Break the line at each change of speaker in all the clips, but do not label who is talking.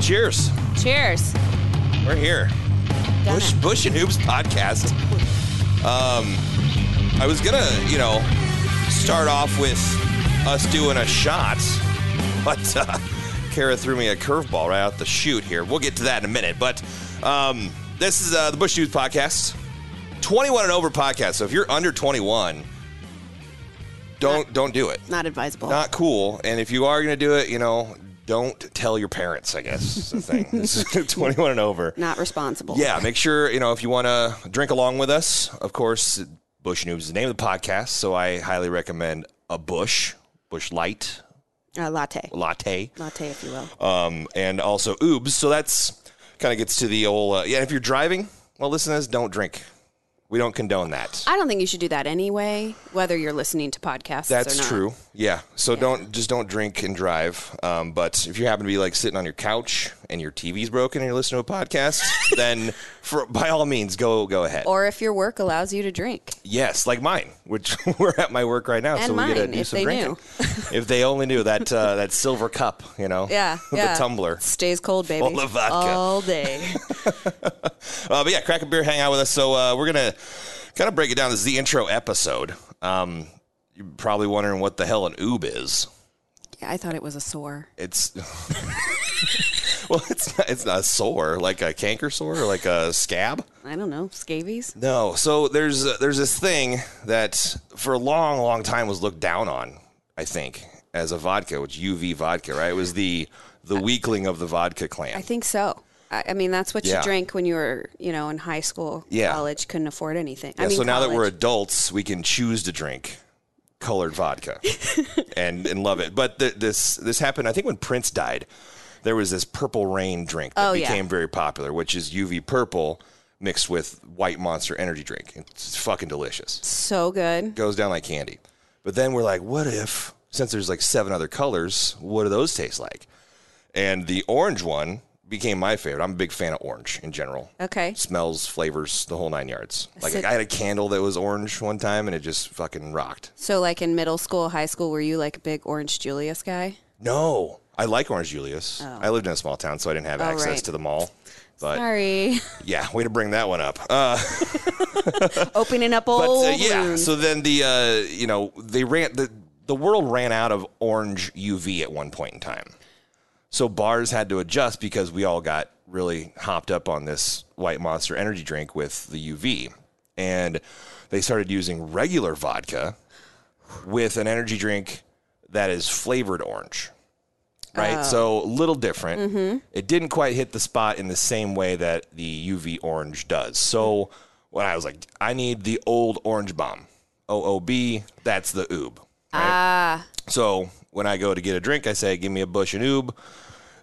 Cheers.
Cheers.
We're here.
Done
Bush,
it.
Bush and Hoops podcast. Um, I was gonna, you know, start off with us doing a shot, but uh, Kara threw me a curveball right out the chute here. We'll get to that in a minute. But um, this is uh, the Bush Hoops podcast, 21 and over podcast. So if you're under 21,
Uh,
don't don't do it.
Not advisable.
Not cool. And if you are gonna do it, you know, don't tell your parents. I guess is the thing. This is 21 and over.
Not responsible.
Yeah, make sure, you know, if you want to drink along with us, of course, Bush Noobs is the name of the podcast, so I highly recommend a Bush, Bush Light,
Uh, latte.
Latte,
Latte, if you will.
um, and also Oobs. So that's kind of gets to the old, uh, yeah, if you're driving, well, listen to this, don't drink. We don't condone that.
I don't think you should do that anyway, whether you're listening to podcasts or
That's
not.
true. Yeah. So don't just don't drink and drive. Um, but if you happen to be like sitting on your couch and your TV's broken and you're listening to a podcast, then for, by all means, go go ahead.
Or if your work allows you to drink.
Yes, like mine, which we're at my work right now,
And
so we get to
mine,
do
if
some
they
drinking.
knew.
if they only knew that uh, that silver cup, you know,
Yeah. yeah.
the tumbler.
Stays cold, baby.
Full of vodka.
All day.
Uh, but yeah, crack a beer, hang out with us. So uh, we're gonna kind of break it down. This is the intro episode. Um, you're probably wondering what the hell an oob is.
yeah, I thought it was a sore.
It's well, it's not, it's not a sore like a canker sore or like a scab.
I don't know. Scabies?
No. So there's uh, there's this thing that for a long, long time was looked down on. I think as a vodka, which UV vodka, right? It was the the weakling of the vodka
I
clan.
think so. I, I mean, that's what
Yeah.
you drank when you were, you know, in high school,
Yeah.
college, couldn't afford anything.
Yeah,
I mean,
so now that we're
college.
adults, we can choose to drink colored vodka and and love it. But th- this this happened, I think, when Prince died. There was this purple rain drink that
Oh, yeah.
became very popular, which is UV purple mixed with white Monster energy drink. It's fucking delicious.
so good.
goes down like candy. But then we're like, what if, since there's like seven other colors, what do those taste like? And the orange one became my favorite. I'm a big fan of orange in general.
Okay.
Smells, flavors, the whole nine yards. Like
So-
I had a candle that was orange one time and it just fucking rocked.
So, like in middle school, high school, were you like a big Orange Julius guy?
No, I like Orange Julius. I lived in a small town, so I didn't have
Oh,
access
right.
to the mall. But
Sorry.
yeah, way to bring that one up. Uh,
Opening up old
But uh, yeah,
wounds.
so then the uh, you know they ran the the world ran out of orange UV at one point in time, so bars had to adjust because we all got really hopped up on this White Monster energy drink with the UV, and they started using regular vodka with an energy drink that is flavored orange. Right, so a little different. It didn't quite hit the spot in the same way that the UV orange does. So when I was like, I need the old orange bomb, OOB. That's the oob. Ah. So when I go to get a drink, I say, "Give me a bush and oob."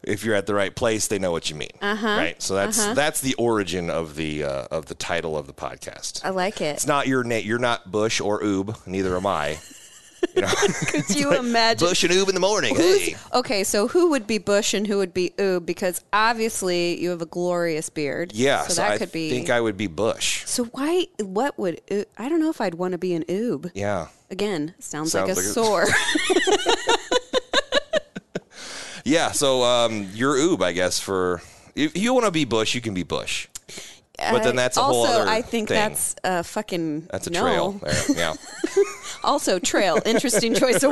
If you're at the right place, they know what you mean. Uh-huh. Right. So that's that's the origin of the uh, of the title of the podcast.
I like it.
It's not your name. You're not Bush or Oob. Neither am I. You know,
Could you imagine?
Bush and Oob in the morning. Hey.
Okay, so who would be Bush and who would be Oob? Because obviously you have a glorious beard.
Yeah.
So, that
I
could be.
think I would be Bush.
so why? What would? Oo- I don't know if I'd want to be an Oob.
Yeah.
Again, sounds, like a
Sounds like a-
sore.
Yeah. So um, you're Oob, I guess. For if you want to be Bush, you can be Bush. But then that's a
Uh, also,
whole other
I think
thing.
that's a fucking.
That's a
no.
trail. There, Yeah.
Also, trail. Interesting choice of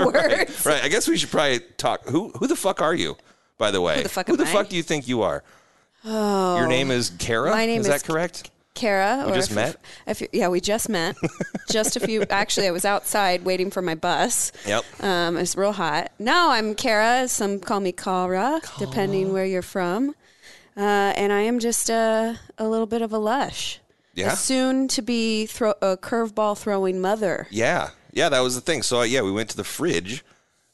words.
right. I guess we should probably talk. Who Who the fuck are you? By the way, who
the fuck
who
am
the
I?
fuck do you think you are? Oh. Your name is Kara.
My name
is,
is
that correct?
Kara.
We
or
just
if-
met?
If you, yeah, we just met. just a few. Actually, I was outside waiting for my bus.
Yep.
Um, it's real hot. No, I'm Kara. Some call me Kara, depending where you're from. Uh, and I am just a, a little bit of a lush.
Yeah.
a soon to be throw a curveball throwing mother.
Yeah. Yeah, that was the thing. So, uh, yeah, we went to the fridge.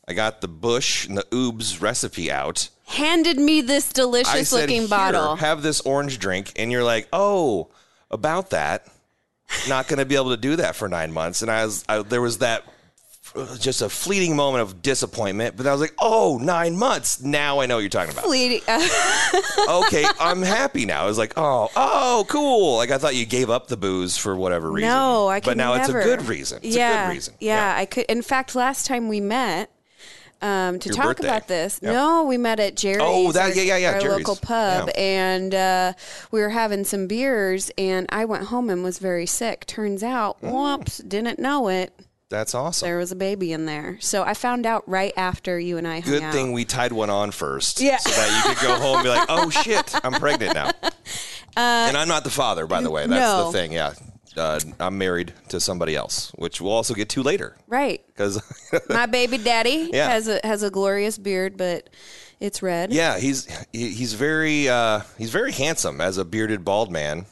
I got the Bush and the Oobs recipe out.
Handed me this
I
delicious
said,
looking
"Here,
bottle.
have this orange drink. And you're like, oh, about that. Not going to be able to do that for nine months. And I was, I, there was that just a fleeting moment of disappointment. But I was like, oh, nine months. Now I know what you're talking about.
Bleeding-
okay, I'm happy now. I was like, oh, oh, cool. Like I thought you gave up the booze for whatever reason.
No, I can
But now
never.
it's a good reason. It's
yeah,
a good reason.
Yeah, I could. In fact, last time we met um, to
Your
talk
birthday.
about this,
Yep.
no, we met at Jerry's.
Oh, that-
our,
yeah, yeah, yeah,
Our
Jerry's.
local pub,
Yeah.
and uh, we were having some beers, and I went home and was very sick. Turns out,
Mm.
whoops, didn't know it.
That's awesome.
There was a baby in there, so I found out right after you and I hung
Good
out.
thing we tied one on first.
Yeah.
So that you could go home and be like, oh shit, I'm pregnant now. and I'm not the father, by the way. That's
Uh, no.
the thing. Yeah. Uh, I'm married to somebody else, which we'll also get to later.
Right.
Because,
My baby daddy
Yeah.
has a has a glorious beard, but it's red.
yeah, he's he- he's very uh, he's very handsome as a bearded bald man.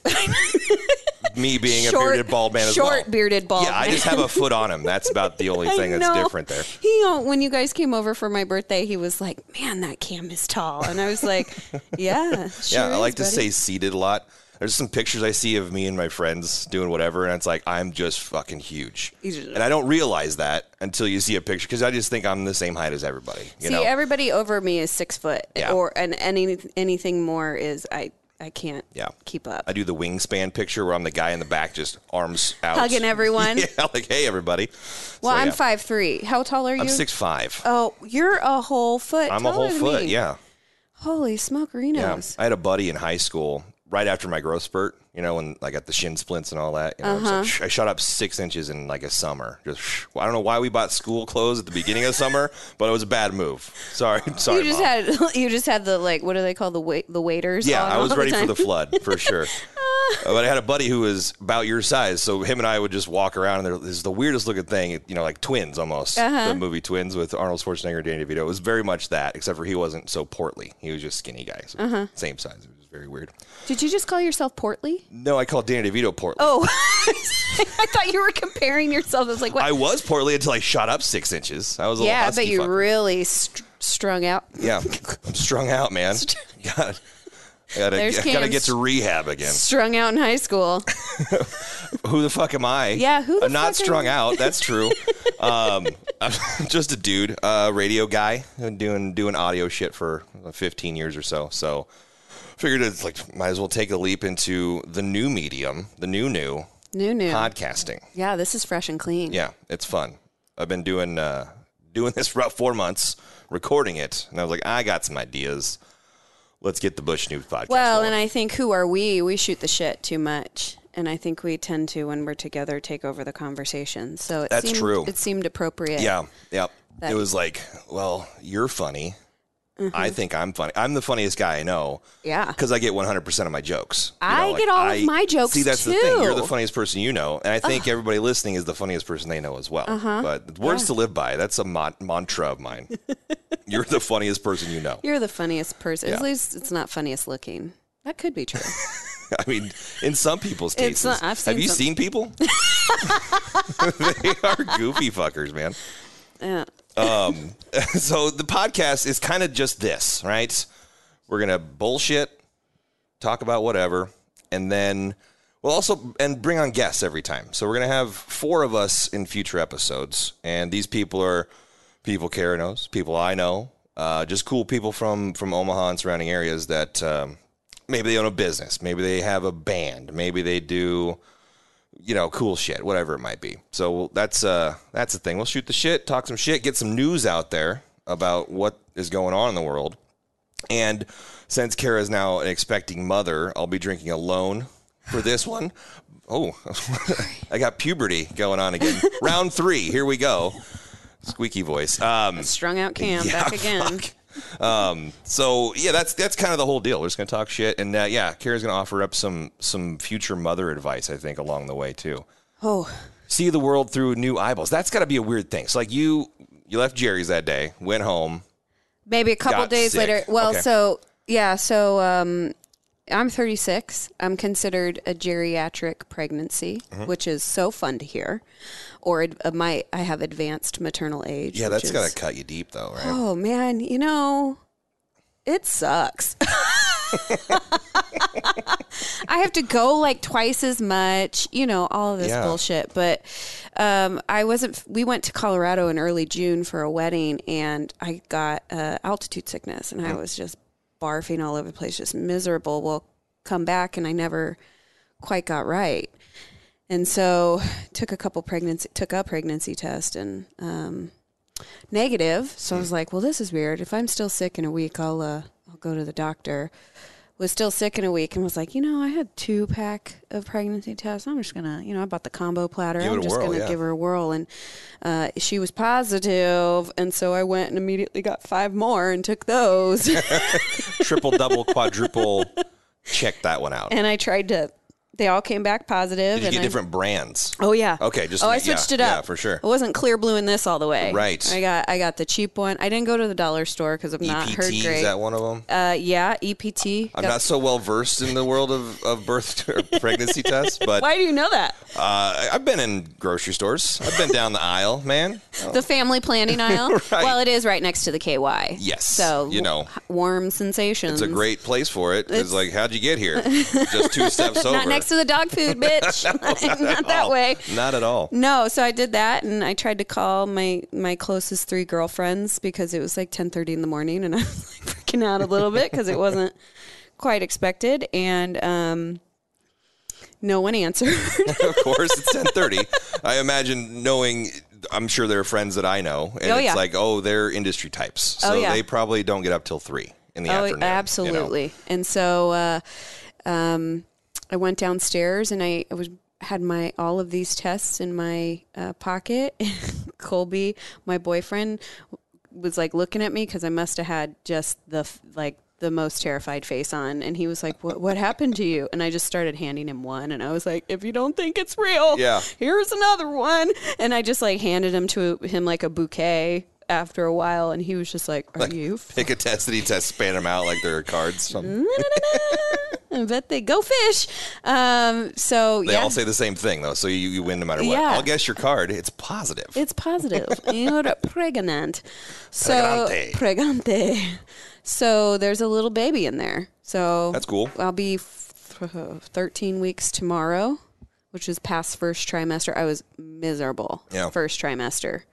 Me being a bearded bald man as
short
well.
bearded bald.
yeah, I
man.
just have a foot on him. That's about the only
I
thing that's
know.
different there.
He uh, when you guys came over for my birthday, he was like, "Man, that cam is tall," and I was like, "Yeah, sure
yeah, I
is,
like to
buddy."
stay seated a lot. There's some pictures I see of me and my friends doing whatever, and it's like I'm just fucking huge,
just-
and I don't realize that until you see a picture because I just think I'm the same height as everybody. You
See,
know,
everybody over me is six foot,
Yeah.
or and any anything more is I I can't
Yeah.
keep up.
I do the wingspan picture where I'm the guy in the back, just arms out,
Hugging everyone.
yeah, like hey everybody.
well,
So,
I'm
yeah.
five three. How tall are you?
I'm six five.
Oh, you're a whole foot.
I'm a whole
taller than
foot.
me.
Yeah.
Holy
Yeah.
smokerinos!
I had a buddy in high school right after my growth spurt, you know, when I got the shin splints and all that. You know, it's
Uh-huh.
like, sh- I shot up six inches in like a summer. Just sh- I don't know why we bought school clothes at the beginning of summer, but it was a bad move. Sorry. Sorry.
You just
Mom.
had you just had the like what do they call the wait the waiters?
yeah,
on
I
all
was ready for
time.
the flood for sure. Uh, But I had a buddy who was about your size, so him and I would just walk around, and there- this is the weirdest looking thing, you know, like twins almost.
Uh-huh.
The movie Twins with Arnold Schwarzenegger and Danny DeVito. It was very much that, except for he wasn't so portly. He was just skinny guy, so
Uh-huh.
same size. It was very weird.
Did you just call yourself portly?
No, I called Danny DeVito portly.
Oh, I thought you were comparing yourself. I was like, what?
I was portly until I shot up six inches. I was a little
yeah,
husky
but you
fucker.
really str- strung out.
yeah, I'm strung out, man. God, I gotta,
There's
I gotta
Cam's-
get to rehab again.
Strung out in high school.
Who the fuck am I?
Yeah, who the
I'm not
fuck are
strung
you?
out. That's true. um, I'm just a dude, uh, radio guy, Been doing doing audio shit for 15 years or so. So figured it's like might as well take a leap into the new medium, the new new
New, new.
podcasting.
Yeah, this is fresh and clean.
Yeah, it's fun. I've been doing uh, doing this for about four months, recording it, and I was like, I got some ideas. Let's get the Bush News podcast.
Well,
going.
and I think who are we? We shoot the shit too much. And I think we tend to, when we're together, take over the conversation. So it
That's
seemed,
true.
It seemed appropriate.
yeah, yeah.
That-
It was like, well, you're funny. I think I'm funny. I'm the funniest guy I know
Mm-hmm. Yeah.
because I get 100 percent of my jokes. You
I get all of my jokes,
See, that's the thing. You're the
too.
funniest person you know, and I think everybody listening is the funniest person they know as well.
Uh-huh.
But words to live by. That's a mon- mantra of mine. you're the funniest person you know.
You're the funniest person. At
Yeah.
least it's not funniest looking. That could be true.
I mean, in some people's
It's
cases,
not- I've seen
have you
some-
seen people? they are goofy fuckers, man.
yeah.
Um, so the podcast is kind of just this, right? We're gonna bullshit, talk about whatever, and then we'll also and bring on guests every time. So we're gonna have four of us in future episodes, and these people are people Kara knows, people I know, uh, just cool people from from Omaha and surrounding areas that um, maybe they own a business, maybe they have a band, maybe they do you know, cool shit, whatever it might be. So that's uh that's the thing. We'll shoot the shit, talk some shit, get some news out there about what is going on in the world. And since Kara is now an expecting mother, I'll be drinking alone for this one. Oh, I got puberty going on again. Round three, here we go. Squeaky voice. Um,
Strung out cam back again.
fuck. Um, so yeah, that's that's kind of the whole deal. We're just gonna talk shit, and uh, yeah, Kara's gonna offer up some some future mother advice, I think, along the way too.
Oh,
See the world through new eyeballs. That's gotta be a weird thing. So like you you left Jerry's that day, went home.
maybe a couple
Got
days
sick.
later. Well,
Okay.
so yeah, so um, I'm 36. I'm considered a geriatric pregnancy,
Mm-hmm.
which is so fun to hear. Or ad- uh, my, I have advanced maternal age.
Yeah,
which
that's got
is-
to cut you deep, though, right?
Oh man, you know, it sucks. I have to go like twice as much, you know, all of this
Yeah.
bullshit. But um, I wasn't. We went to Colorado in early June for a wedding, and I got uh, altitude sickness, and I was just barfing all over the place, just miserable. Well, come back, and I never quite got right, and so took a couple pregnancy, took a pregnancy test, and um, negative. So I was like, well, this is weird. If I'm still sick in a week, I'll uh, I'll go to the doctor. Was still sick in a week and was like, you know, I had two pack of pregnancy tests. I'm just gonna, you know, I bought the combo platter.
Give it
I'm
a
just
whirl,
gonna
yeah.
give her a whirl, and uh, she was positive, and so I went and immediately got five more and took those.
Triple, double, quadruple. Check that one out.
and I tried to. They all came back
Did
positive.
you
and
get
I-
different brands?
Oh yeah.
Okay, just
oh, I
yeah,
switched it
yeah,
up.
for sure.
I wasn't clear blue in this all the way.
Right.
I got I got the cheap one. I didn't go to the dollar store because I've not heard
EPT
great.
E is that one of them?
Uh, yeah, EPT.
I'm
Got-
not so well versed in the world of, of birth or pregnancy tests, but uh,
Why do you know that?
I- I've been in grocery stores. I've been down the aisle, man.
The family planning aisle.
Oh. Right.
Well, it is right next to the KY.
Yes,
So
you know.
w- warm sensations.
It's a great place for it. It's, like, how'd you get here? Just two steps over.
Not next to the dog food, bitch. not that
Oh,
way.
Not at all.
No, so I did that, and I tried to call my my closest three girlfriends because it was like ten thirty in the morning, and I was like freaking out a little bit because it wasn't quite expected, and um, no one answered.
of course, it's 10:30. I imagine knowing. I'm sure there are friends that I know, and
Oh,
it's
yeah.
like, oh, they're industry types, so
Oh, yeah.
they probably don't get up till three in the
Oh,
afternoon. you know?
absolutely. And so uh, um, I went downstairs and I, I was had my all of these tests in my uh, pocket. Colby, my boyfriend, was like looking at me because I must have had just the f- like the most terrified face on, and he was like, "What what happened to you?" And I just started handing him one, and I was like, "If you don't think it's real,
Yeah.
here's another one." And I just like handed him to him like a bouquet. After a while, and he was just like, "Are you
Pick a testity test, span them out like they're cards.
Mm-hmm.
They
I bet they go fish. Um, so yeah,
all say the same thing though, so you, you win no matter what.
Yeah.
I'll guess your card. It's positive.
it's positive. You're pregnant. So
Pregnante.
pregnante. So there's a little baby in there. So
That's cool.
I'll be f- 13 weeks tomorrow, which is past first trimester. I was miserable.
Yeah.
First trimester.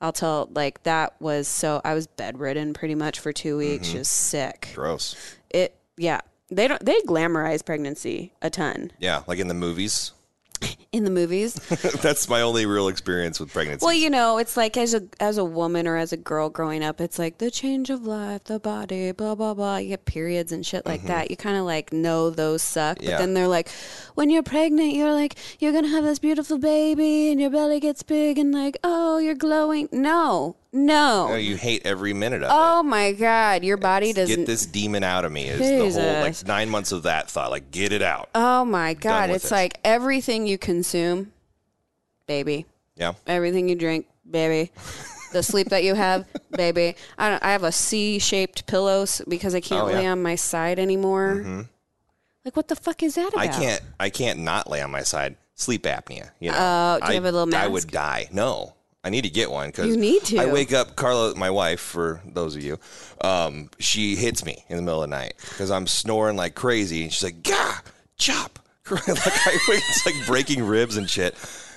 I'll tell like that was so I was bedridden pretty much for two weeks,
Mm-hmm.
just sick.
Gross.
It yeah. They don't they glamorize pregnancy a ton
Yeah, like in the movies.
in the movies.
That's my only real experience with pregnancy.
Well, you know, it's like as a as a woman or as a girl growing up, it's like the change of life, the body, blah blah blah. You get periods and shit like that. You kind of like know those suck, but
Mm-hmm. Yeah.
then they're like, when you're pregnant, you're like you're gonna have this beautiful baby, and your belly gets big, and like oh, you're glowing. No, no.
Oh, you hate every minute of
oh my god, your body
it. Get
doesn't.
this demon out of me is the whole like
Jesus.
nine months of that thought. Like get it out.
Oh my god,
with
it's
it.
like everything you consume, baby.
yeah.
everything you drink, baby. The sleep that you have, baby. I don't, I have a C-shaped pillow s- because I can't
Oh, yeah. Mm-hmm.
lay on my side anymore. Like what the fuck is that about?
I can't. I can't not lay on my side. Sleep apnea. You know.
Oh, do you
I,
have a little
I
mask?
would die. No, I need to get one because
You need to.
I wake up, Carla, my wife. For those of you, um, she hits me in the middle of the night because I'm snoring like crazy, and she's like, "Gah, chop!" like I wake, it's like breaking ribs and shit.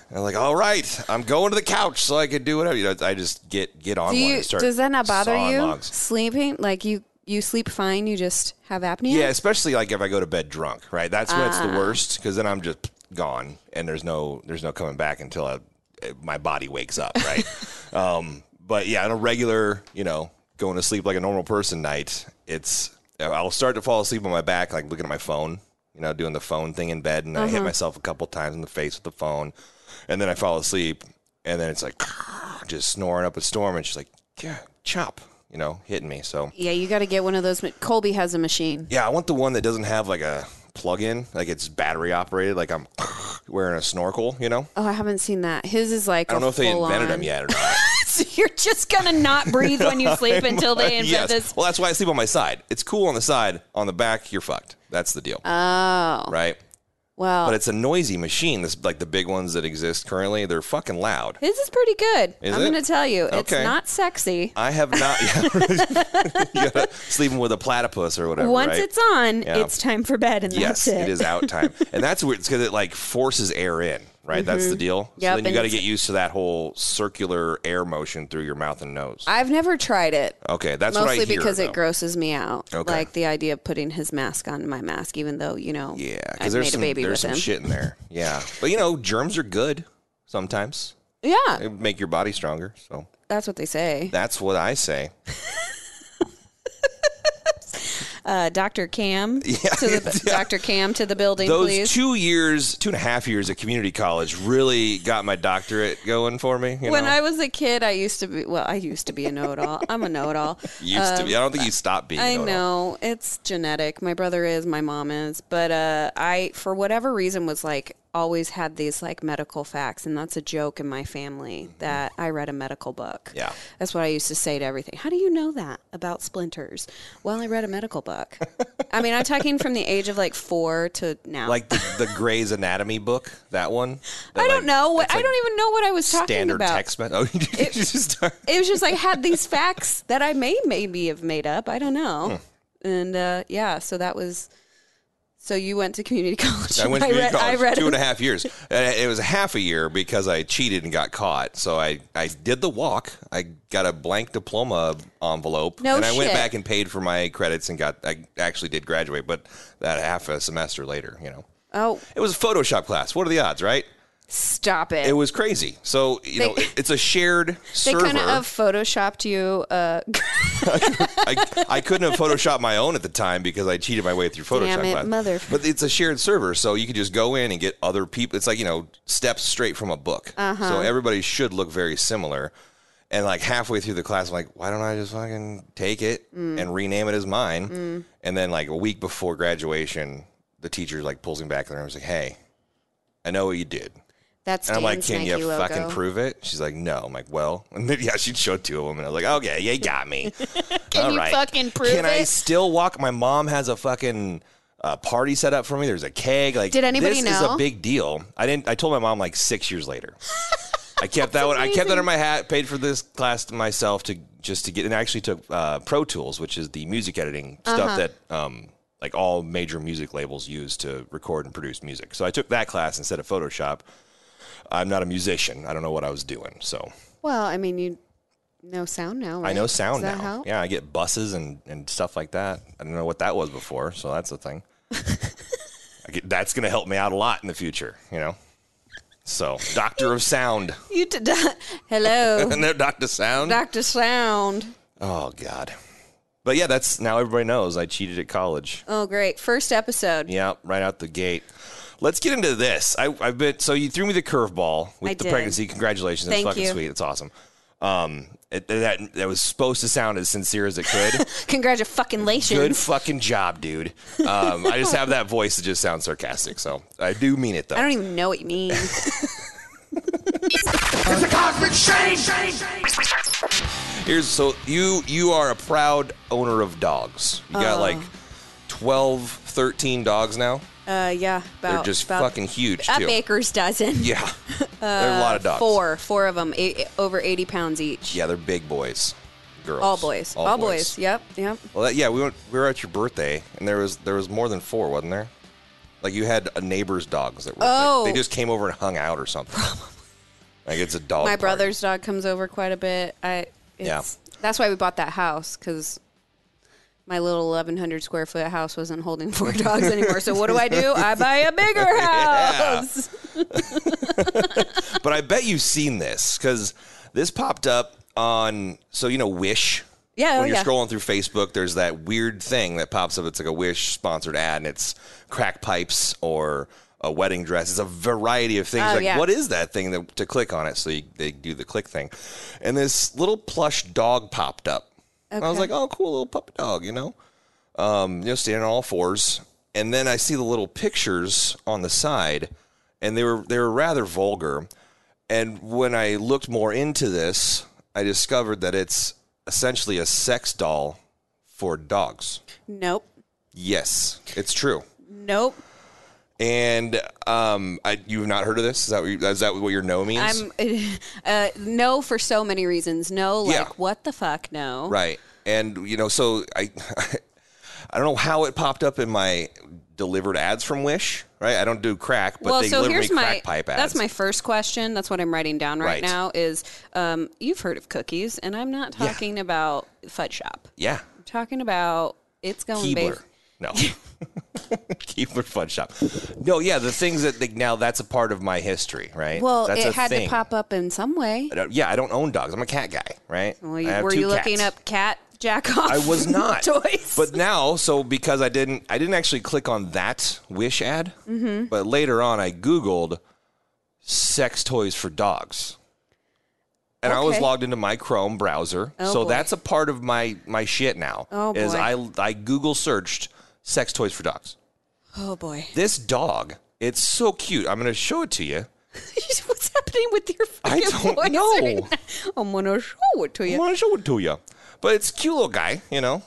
And I'm like, "All right, I'm going to the couch so I can do whatever." You know, I just get get on
Do
one.
you,
and start
does that not bother
sawing
you?
logs.
Sleeping like you you sleep fine, you just have apnea.
Yeah, especially like if I go to bed drunk, right? That's when it's the worst because then I'm just gone and there's no there's no coming back until I, my body wakes up, right? um, but yeah, on a regular, you know, going to sleep like a normal person night, it's I'll start to fall asleep on my back, like looking at my phone, you know, doing the phone thing in bed, and I hit myself a couple times in the face with the phone, and then I fall asleep, and then it's like just snoring up a storm, and she's like, yeah, chop, you know, hitting me, so.
Yeah, you got to get one of those. ma- Colby has a machine.
Yeah, I want the one that doesn't have like a plug-in, like it's battery operated, like I'm wearing a snorkel. You know,
Oh, I haven't seen that. His is like
I don't know if they invented
on.
them yet or not.
It's So you're just gonna not breathe when you sleep until they invent
yes.
this.
Well, that's why I sleep on my side. It's cool on the side. On the back, you're fucked. That's the deal. Oh. Right?
Well,
But it's a noisy machine. This like the big ones that exist currently, they're fucking loud.
His is pretty good.
Is
I'm
it?
going to tell you, it's
Okay.
not sexy.
I have not You gotta- sleeping with a platypus or whatever.
Once
right?
it's on,
Yeah.
it's time for bed, and
yes,
that's it.
it is out time, and that's weird because it like forces air in. Right, that's the deal.
Mm-hmm. Yep,
so then you
and
got to
it's-
get used to that whole circular air motion through your mouth and nose.
I've never tried it,
okay, that's what I
mostly
hear.
because
though.
it grosses me out.
Okay.
Like the idea of putting his mask on my mask, even though you know,
Yeah,
I
because
made
there's some
a baby
there's
with
some
him.
shit in there. Yeah, but you know germs are good sometimes.
Yeah,
They make your body stronger. So
that's what they say.
that's what I say.
Uh, Doctor Cam, to the, Doctor Cam to the building,
Those
please.
two years, two and a half years at community college really got my doctorate going for me. You
when
know?
I was a kid, I used to be well. I used to be a know-it-all. I'm a know-it-all.
used to be, I don't think you stopped being.
Uh, I
though, at all.
know it's genetic. My brother is, my mom is, but uh, I, for whatever reason, was like always had these like medical facts, and that's a joke in my family that I read a medical book.
Mm-hmm. Yeah.
that's what I used to say to everything. How do you know that about splinters? Well, I read a medical book. I mean, I'm talking from the age of like four to now.
Like the, the Grey's Anatomy book, that one.
I don't know what
it's
I
like
don't even know what I was talking
Standard
about.
text message. Oh, you just start-
it was just like had these facts that I may maybe have made up. I don't know.
Hmm.
And uh, yeah, so that was. So you went to community college.
I went to community
read,
college
I read
two and a half years. And it was a half a year because I cheated and got caught. So I, I did the walk. I got a blank diploma envelope.
No
and I went
shit.
back and paid for my credits and got I actually did graduate, but that half a semester later, you know.
Oh,
It was a Photoshop class. What are the odds, right?
stop it!
It was crazy. So, you know, it- it's a shared
they
server.
kind of photoshopped you. Uh,
I, I couldn't have photoshopped my own at the time because I cheated my way through Photoshop.
Damn it,
class.
mother-
But it's a shared server, so you can just go in and get other people. It's like you know, steps straight from a book.
Uh-huh.
So everybody should look very similar. And like halfway through the class, I'm like, why don't I just fucking take it
Mm.
and rename it as mine? And then like a week before graduation, the teacher like pulls me back in the room and is like, hey, I know what you did.
that's
And I'm like,
Dan's
can
Nike
you
logo.
fucking prove it? She's like, no. I'm like, well, and then, yeah, she showed two of them, and I was like, okay, yeah, you got me.
Can
All
you
right.
fucking prove
Can I
it?
still walk? My mom has a fucking uh, party set up for me. There's a keg. Like,
Did anybody
this is a
know?
big deal. I didn't. I told my mom like six years later. I kept that one. I kept that
amazing.
in my hat. Paid for this class to myself to just to get. And I actually took uh, Pro Tools, which is the music editing
Uh-huh.
stuff that um, like all major music labels use to record and produce music. So I took that class instead of Photoshop. I'm not a musician. I don't know what I was doing. So
well, I mean, you know sound now. Right?
I know sound
Does that
now.
help?
Yeah, I get buses and, and stuff like that. I don't know what that was before, so that's the thing. I get, that's going to help me out a lot in the future, you know. So, Doctor of Sound,
You did. Hello,
and there, Doctor Sound.
Doctor Sound.
oh God. But yeah, that's now everybody knows I cheated at college.
Oh, great! First episode.
Yeah, right out the gate. Let's get into this. I, I've been so you threw me the curveball with
I
the
did.
pregnancy. Congratulations,
Thank
that's fucking
you.
sweet. That's awesome. Um, it, that that was supposed to sound as sincere as it could.
Congratulations.
Good fucking job, dude. Um, I just have that voice that just sounds sarcastic, so I do mean it though.
I don't even know what you mean. e-
Here's so you you are a proud owner of dogs. You got like
Oh.
12, 13 dogs now.
uh, yeah, about
They're just
about
fucking huge
a
too.
baker's dozen.
Yeah, there are a lot of dogs.
Uh, Four, four of them, eight, over eighty pounds each.
Yeah, they're big boys, girls.
All boys, all, boys. Yep, yep.
Well, that, yeah, we went. We were at your birthday, and there was there was more than four, wasn't there? Like you had a neighbor's dogs that were. like,
Oh.
they just came over and hung out or something. Like it's a dog.
My
party.
brother's dog comes over quite a bit. I, it's,
Yeah.
That's why we bought that house because my little eleven hundred square foot house wasn't holding four dogs anymore. So what do I do? I buy a bigger house.
But I bet you've seen this because this popped up on so you know Wish.
Yeah,
When
oh,
you're
yeah.
scrolling through Facebook, there's that weird thing that pops up. It's like a Wish sponsored ad, and it's crack pipes or a wedding dress. It's a variety of things.
Oh,
like,
yeah.
what is that thing that, to click on it? So you, they do the click thing, and this little plush dog popped up. And I was like,
Okay.
oh, cool little puppy dog, you know Um, you know, standing on all fours. And then I see the little pictures on the side, and they were they were rather vulgar. And when I looked more into this, I discovered that it's essentially a sex doll for dogs.
Nope.
Yes, it's true.
Nope.
And um, I, you've not heard of this? Is that what, you, is that what your no means?
I'm uh, no for so many reasons. No, like
Yeah.
what the fuck? No.
Right. And you know, so I I don't know how it popped up in my delivered ads from Wish, right? I don't do crack, but
well,
they
so
deliver me
here's
crack
my
pipe ads.
that's my first question. That's what I'm writing down
Right.
right, now. Is um, you've heard of cookies, and I'm not
Yeah.
talking about Fud Shop.
yeah.
I'm talking about it's going big.
Keebler. No. Keebler Fun Shop. No, yeah, the things that they, now that's a part of my history, right?
Well,
that's
it had to pop up in some way.
I don't- yeah, I don't own dogs. I'm a cat guy, right?
Well,
I
you-
have
were
two
you looking
cats.
up cat jack off?
I was not.
toys.
But now, so because I didn't, I didn't actually click on that Wish ad.
Mm-hmm.
But later on, I Googled sex toys for dogs, and I was
Okay.
logged into my Chrome browser.
Oh,
so
boy.
that's a part of my my shit now.
Oh,
is
boy.
I I Google searched sex toys for dogs.
oh boy,
This dog, it's so cute. I'm going to show it to you.
what's happening with your?
I
fucking
don't
voice
know.
right now? I'm gonna show it to
I'm
you.
going to show it to you. But it's a cute little guy, you know.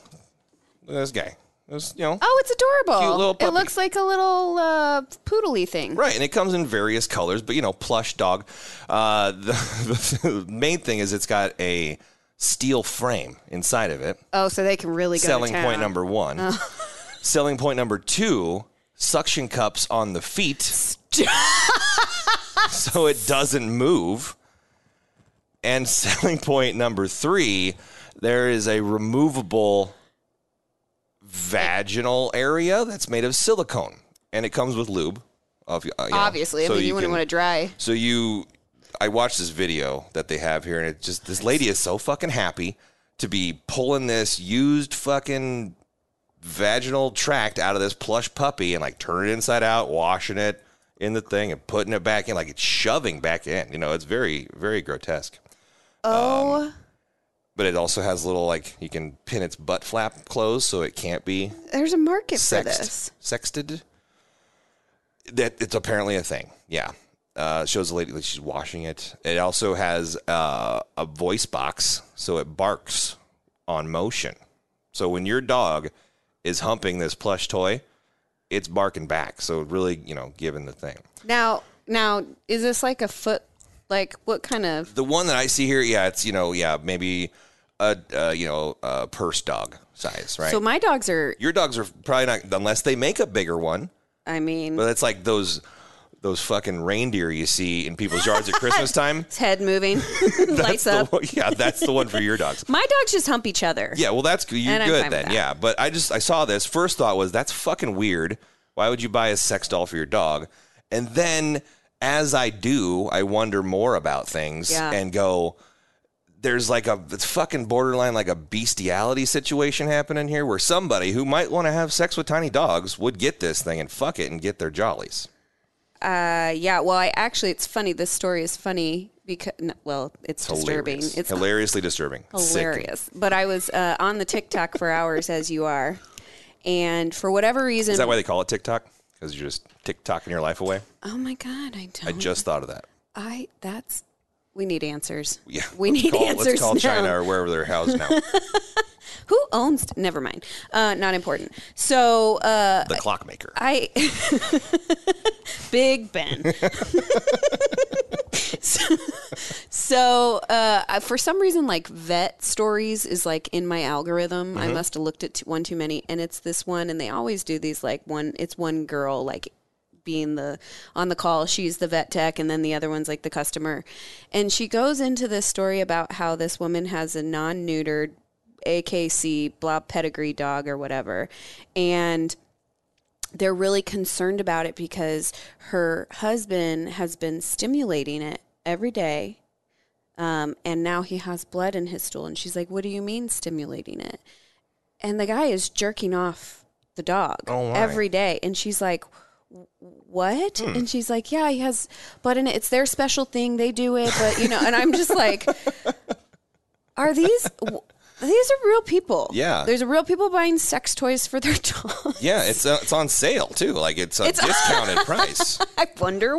Look at this guy. This, you know.
Oh, it's adorable.
Cute little
It
puppy.
looks like a little uh, poodley thing.
Right, and it comes in various colors, but you know, plush dog. Uh, the, the main thing is it's got a steel frame inside of it.
Oh, so they can really go
Selling
to town. Oh.
point number one. Selling point number two: suction cups on the feet, so it doesn't move. And selling point number three: there is a removable vaginal area that's made of silicone, and it comes with lube. Of, uh, you know,
Obviously,
so
I mean, you, wouldn't
can-
want to dry.
so you, I watched this video that they have here, and it just this lady is so fucking happy to be pulling this used fucking vaginal tract out of this plush puppy and like turning it inside out, washing it in the thing, and putting it back in, like it's shoving back in. You know, it's very very grotesque. um,
Oh,
But it also has little like you can pin its butt flap closed so it can't be
there's a market for this.
Sext, sexted. That it's apparently a thing. Yeah, uh, shows the lady that she's washing it. It also has uh, a voice box, so it barks on motion. So when your dog is humping this plush toy, it's barking back. So really, you know, given the thing.
Now, now, is this like a foot? Like what kind of?
The one that I see here, yeah, it's you know, yeah, maybe a uh, you know a purse dog size, right?
So my dogs are.
your dogs are probably not unless they make a bigger one.
I mean,
But it's like those those fucking reindeer you see in people's yards at Christmas time.
its head moving, lights
The
up.
one- yeah, that's the one for your dogs.
My dogs just hump each other.
Yeah, well that's good. you're
And I'm fine
good
with
then.
that.
Yeah, but I just I saw this first thought was that's fucking weird. Why would you buy a sex doll for your dog? And then as I do, I wonder more about things
Yeah.
and go there's like a it's fucking borderline like a bestiality situation happening here where somebody who might want to have sex with tiny dogs would get this thing and fuck it and get their jollies.
Uh, yeah. Well, I actually, it's funny. This story is funny because, well, it's disturbing.
Hilarious.
It's
hilariously disturbing. Sick.
hilarious. But I was uh, on the TikTok for hours, as you are, and for whatever reason,
Is that why they call it TikTok? Because you're just TikToking your life away.
oh my god, I don't.
I just thought of that.
I that's we need answers.
Yeah,
we
let's
need
call,
answers
Let's call
now.
China or wherever they're housed now.
Who owns? Never mind. Uh, not important. So uh,
the clockmaker.
I Big Ben. so so, uh, I- for some reason, like vet stories is like in my algorithm. I must have looked at t- one too many, and it's this one. And they always do these like one. It's one girl like being the on the call. She's the vet tech, and then the other one's like the customer. And she goes into this story about how this woman has a non-neutered AKC blah pedigree dog or whatever, and they're really concerned about it because her husband has been stimulating it every day. Um, and now he has blood in his stool. And she's like, What do you mean stimulating it? And the guy is jerking off the dog
Oh, my. Hmm.
every day. And she's like, "Wh- What? And she's like, Yeah, he has blood in it. It's their special thing. They do it. But, you know, and I'm just like, Are these. w- These are real people.
Yeah.
There's real people buying sex toys for their dogs.
yeah, it's uh, it's on sale too. Like it's a discounted price.
I wonder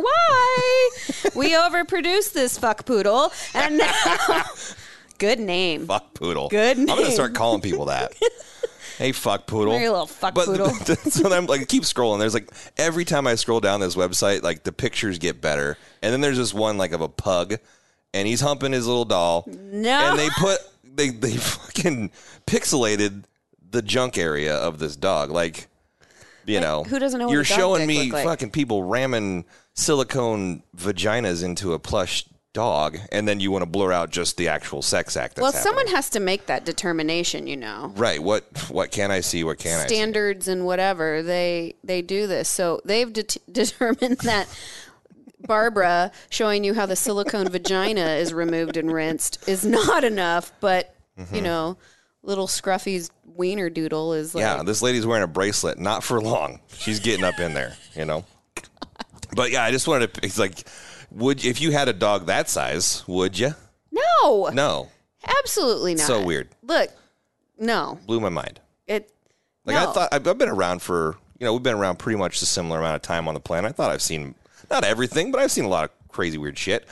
why we overproduced this fuck poodle, and now Good name.
fuck poodle.
Good
I'm gonna
name.
start calling people that. hey, fuck poodle.
You're a little fuck
but,
poodle.
But, so then I'm like, I keep scrolling. There's like every time I scroll down this website, like the pictures get better, and then there's this one like of a pug, and he's humping his little doll.
No.
And they put they they fucking pixelated the junk area of this dog, like. You know,
who doesn't know what
You're
a dog
showing
dick
me
look like?
fucking people ramming silicone vaginas into a plush dog, and then you want to blur out just the actual sex act. That's
well,
happening.
someone has to make that determination, you know.
Right. What what can I see? What can I see?
standards and whatever they they do this so they've det determined that barbara showing you how the silicone vagina is removed and rinsed is not enough but
Mm-hmm.
you know little scruffy's wiener doodle is like
Yeah, this lady's wearing a bracelet, not for long. She's getting up in there, you know. But yeah, I just wanted to. It's like, would if you had a dog that size, would you?
no,
No,
absolutely not
So weird.
look no
blew my mind.
it
Like
no.
I thought I've, I've been around for you know we've been around pretty much the similar amount of time on the planet. I thought I've seen not everything, but I've seen a lot of crazy weird shit.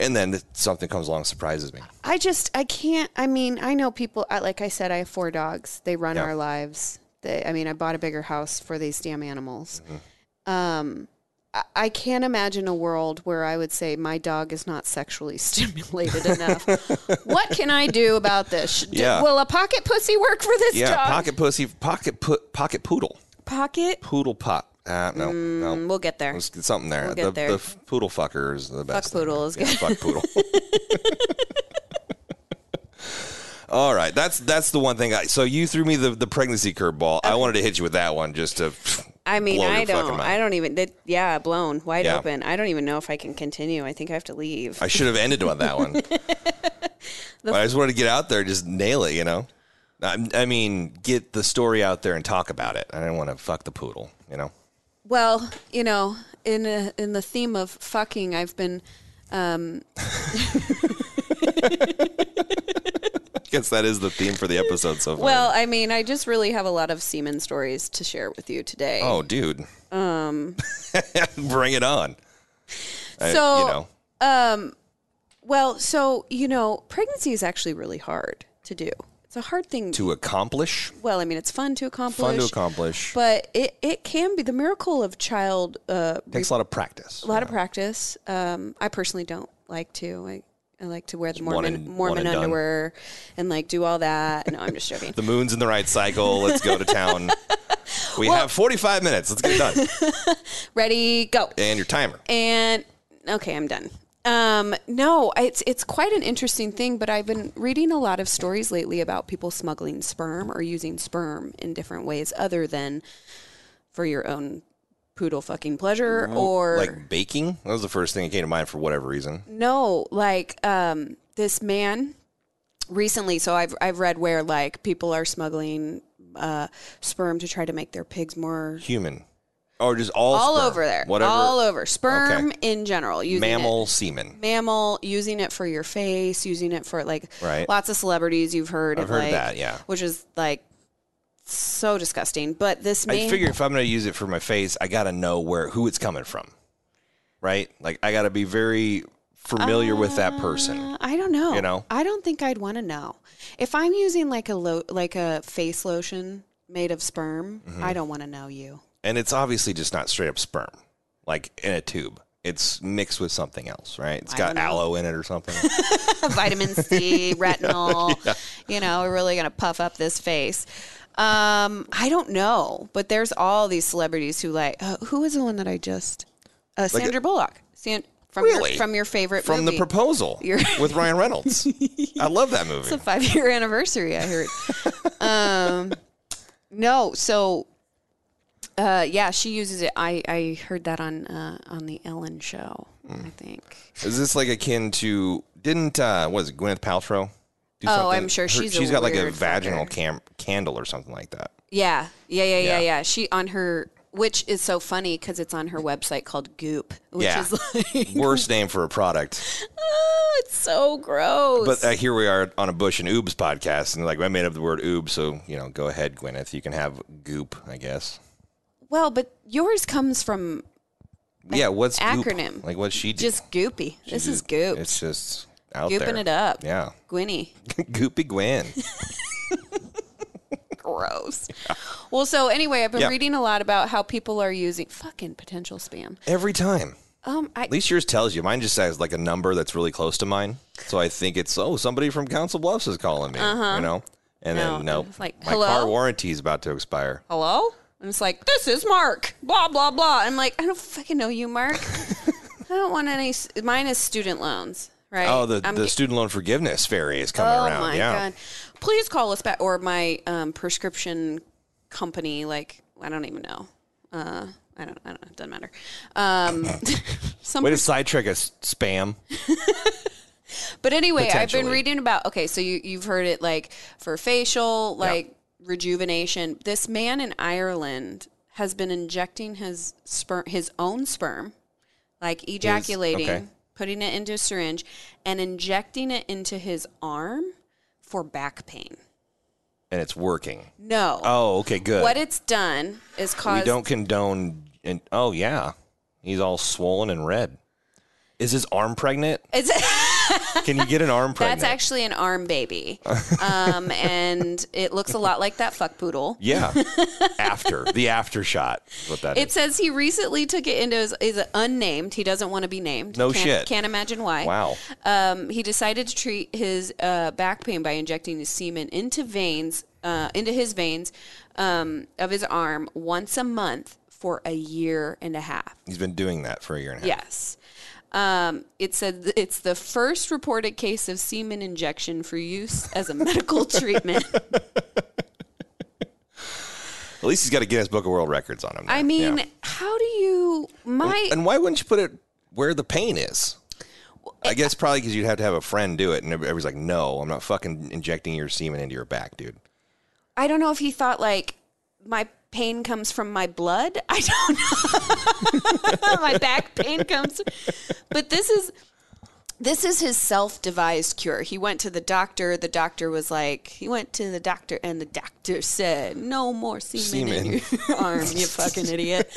And then th- something comes along and surprises me.
I just I can't. I mean, I know people. I, like I said, I have four dogs. They run
Yeah.
our lives. They, I mean, I bought a bigger house for these damn animals. Um,
Mm-hmm.
I, I can't imagine a world where I would say my dog is not sexually stimulated enough. what can I do about this? Sh- d-
Yeah.
Will a pocket pussy work for this
Yeah,
dog?
pocket pussy, pocket put, pocket poodle,
Pocket?
poodle pot. Uh, no, no,
Mm, We'll get there.
Let's get something there.
get
the,
there.
the f- poodle fucker is the best. thing.
poodle is
Yeah,
good.
fuck poodle. All right, that's that's the one thing. I, so you threw me the, the pregnancy curveball. I wanted to hit you with that one just to.
I mean,
blow your
I
fucking
don't.
mind.
I don't even. That, yeah, blown wide
Yeah.
open. I don't even know if I can continue. I think I have to leave.
I should have ended on that one. but I just wanted to get out there, just nail it. You know, I, I mean, get the story out there and talk about it. I didn't want to fuck the poodle. You know.
Well, you know, in a, in the theme of fucking, I've been
Guess that is the theme for the episode so far.
well. I mean, I just really have a lot of semen stories to share with you today.
Oh, dude. Um, bring it on. I-
So-
you know,
Well, so you know, pregnancy is actually really hard to do. It's a hard thing.
to accomplish,
well, I mean, it's fun to accomplish.
fun to accomplish.
But it, it can be the miracle of child. Uh,
Takes a lot of practice.
a lot of practice. Um, I personally don't like to. I, I like to wear the
one
Mormon
and- one
Mormon
and done.
underwear and like do all that. No, I'm just joking.
The moon's in the right cycle. Let's go to town. We have 45 minutes. Let's get it done.
Ready, go.
And your timer.
And okay, I'm done. Um, no, it's it's quite an interesting thing, but I've been reading a lot of stories lately about people smuggling sperm or using sperm in different ways other than for your own poodle fucking pleasure or
Like baking. That was the first thing that came to mind for whatever reason.
no, like um, this man recently. So I've I've read where like people are smuggling uh, sperm to try to make their pigs more
Human. Or just all
all
sperm.
over there,
Whatever.
all over sperm in general. Using it.
Mammal semen.
mammal, using it for your face, using it for like
Right.
lots of celebrities you've heard.
I've
of,
heard of
like,
that, yeah.
which is like so disgusting. But this man,
I figure if I'm going to use it for my face, I got to know where who it's coming from. Right? Like I got to be very familiar with that person.
Uh, I don't know.
You know?
I don't think I'd want to know if I'm using like a lo- like a face lotion made of sperm.
Mm-hmm.
I don't want to know you.
and it's obviously just not straight up sperm, like in a tube. It's mixed with something else, right? It's got
don't know.
aloe in it or something.
Vitamin C, retinol. You know, we're really gonna puff up this face. Um, I don't know, but there's all these celebrities who like. Uh, who was the one that I just? Uh, Sandra Bullock. San- from
Really?
your, from your favorite
From
movie.
the proposal
You're-
with Ryan Reynolds. I love that movie.
It's a five year anniversary, I heard. um, no, so uh, yeah, she uses it. I, I heard that on uh, on the Ellen show, I
Mm.
think.
Is this like akin to didn't uh what is it, Gwyneth Paltrow? Do
Oh, I'm sure she's a
she's got like a
weird
vaginal
fucker.
cam- candle or something like that.
Yeah, yeah, yeah,
Yeah.
yeah, yeah. She on her, which is so funny because it's on her website called Goop, which
Yeah.
is like,
Worst name for a product.
oh, it's so gross.
But uh, here we are on a Bush and Oobs podcast, and like I made up the word Oob, so you know, go ahead, Gwyneth. You can have goop, I guess.
well, but yours comes from
yeah, what's goop?
acronym.
Like what she do?
just Goopy. this is
Dude,
Goop.
It's just out there.
Gooping it up.
Yeah.
Gwinny.
Goopy Gwen.
Gross. Well, so anyway, I've been
Yeah.
reading a lot about how people are using fucking potential spam.
Every time.
Um, I,
At least yours tells you. Mine just says like a number that's really close to mine. So I think it's oh somebody from Council Bluffs is calling me. You know, and then no,
No, it's Uh-huh. Oh, like,
my
hello?
car warranty is about to expire.
hello? And it's like, this is Mark, blah, blah, blah. I'm like, I don't fucking know you, Mark. I don't want any. s- Mine is student loans, right?
Oh, the,
I'm
the
ge-
student loan forgiveness fairy is coming
oh
around.
my
yeah,
God. Please call us back. Or my um, prescription company, like, I don't even know. Uh, I don't, I don't know. It doesn't matter. Um, some
way to sidetrack a s- spam.
But anyway, I've been
Potentially.
reading about okay, so you you've heard it like for facial, like rejuvenation. This man in Ireland has been injecting his sperm his own sperm, like ejaculating,
okay.
putting it into a syringe and injecting it into his arm for back pain.
And it's working.
No.
Oh, okay, good.
What it's done is
we
caused
don't condone. And oh yeah, he's all swollen and red. Is his arm pregnant?
it's
Can you get an arm pregnant?
That's actually an arm baby. um, and it looks a lot like that fuck poodle.
yeah. after the after shot. Is what that is.
It says he recently took it into his is unnamed. He doesn't want to be named.
No
can't,
shit.
Can't imagine why.
Wow.
Um, he decided to treat his uh, back pain by injecting his semen into veins, uh, into his veins um, of his arm once a month for a year and a half.
He's been doing that for a year and a half.
Yes. Um, it said th- it's the first reported case of semen injection for use as a medical treatment.
At least he's got a Guinness Book of World Records on him. now.
I mean,
Yeah.
how do you my
and why wouldn't you put it where the pain is? I guess probably because you'd have to have a friend do it, and everybody's like, "No, I'm not fucking injecting your semen into your back, dude."
I don't know if he thought like my pain comes from my blood. I don't know. my back pain comes, but this is this is his self-devised cure. He went to the doctor. The doctor was like, he went to the doctor, and the doctor said, "No more semen, in
Semen.
your arm, you fucking idiot."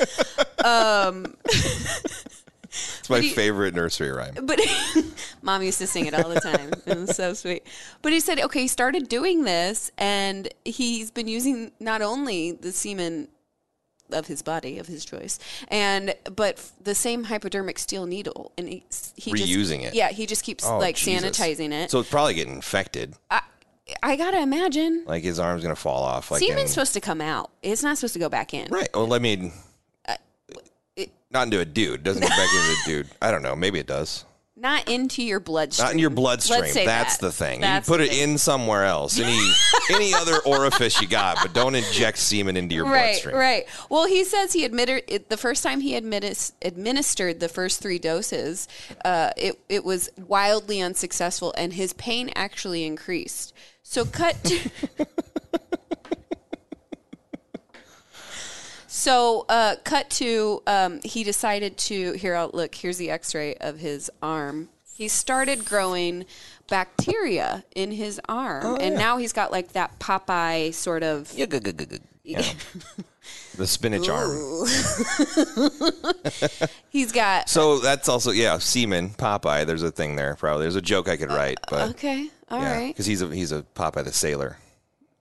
It's my
he-
favorite nursery rhyme.
But mom used to sing it all the time. It was so sweet. But he said, okay, he started doing this, and he's been using not only the semen of his body of his choice, and but f- the same hypodermic steel needle, and he, he
Reusing it.
just, Yeah, he just keeps
Oh,
like
Jesus.
sanitizing it.
So it's probably getting infected.
I, I gotta imagine
Like his arm's gonna fall off. Like
semen's
in-
supposed to come out. It's not supposed to go back in.
right. Well, I mean,
it-
not into a dude. Doesn't go back into a dude. I don't know. Maybe it does.
Not into your bloodstream.
Not in your bloodstream.
Let's say
That's
that.
the thing.
That's
you can put
the
it in somewhere else. Any any other orifice you got, but don't inject semen into your
right,
bloodstream.
Right. Well, he says he admitted it, the first time he admitted, administered the first three doses, uh, it it was wildly unsuccessful, and his pain actually increased. So cut. to- So, uh, cut to um, he decided to. Here, I'll, look, here's the x ray of his arm. He started growing bacteria in his arm, and now he's got like that Popeye sort of
Yeah, good, good, good, good. Yeah. the spinach arm.
He's got
So that's also yeah, semen Popeye. There's a thing there probably. There's a joke I could write, but
Uh, okay, all
yeah,
right.
because he's a he's a Popeye the sailor.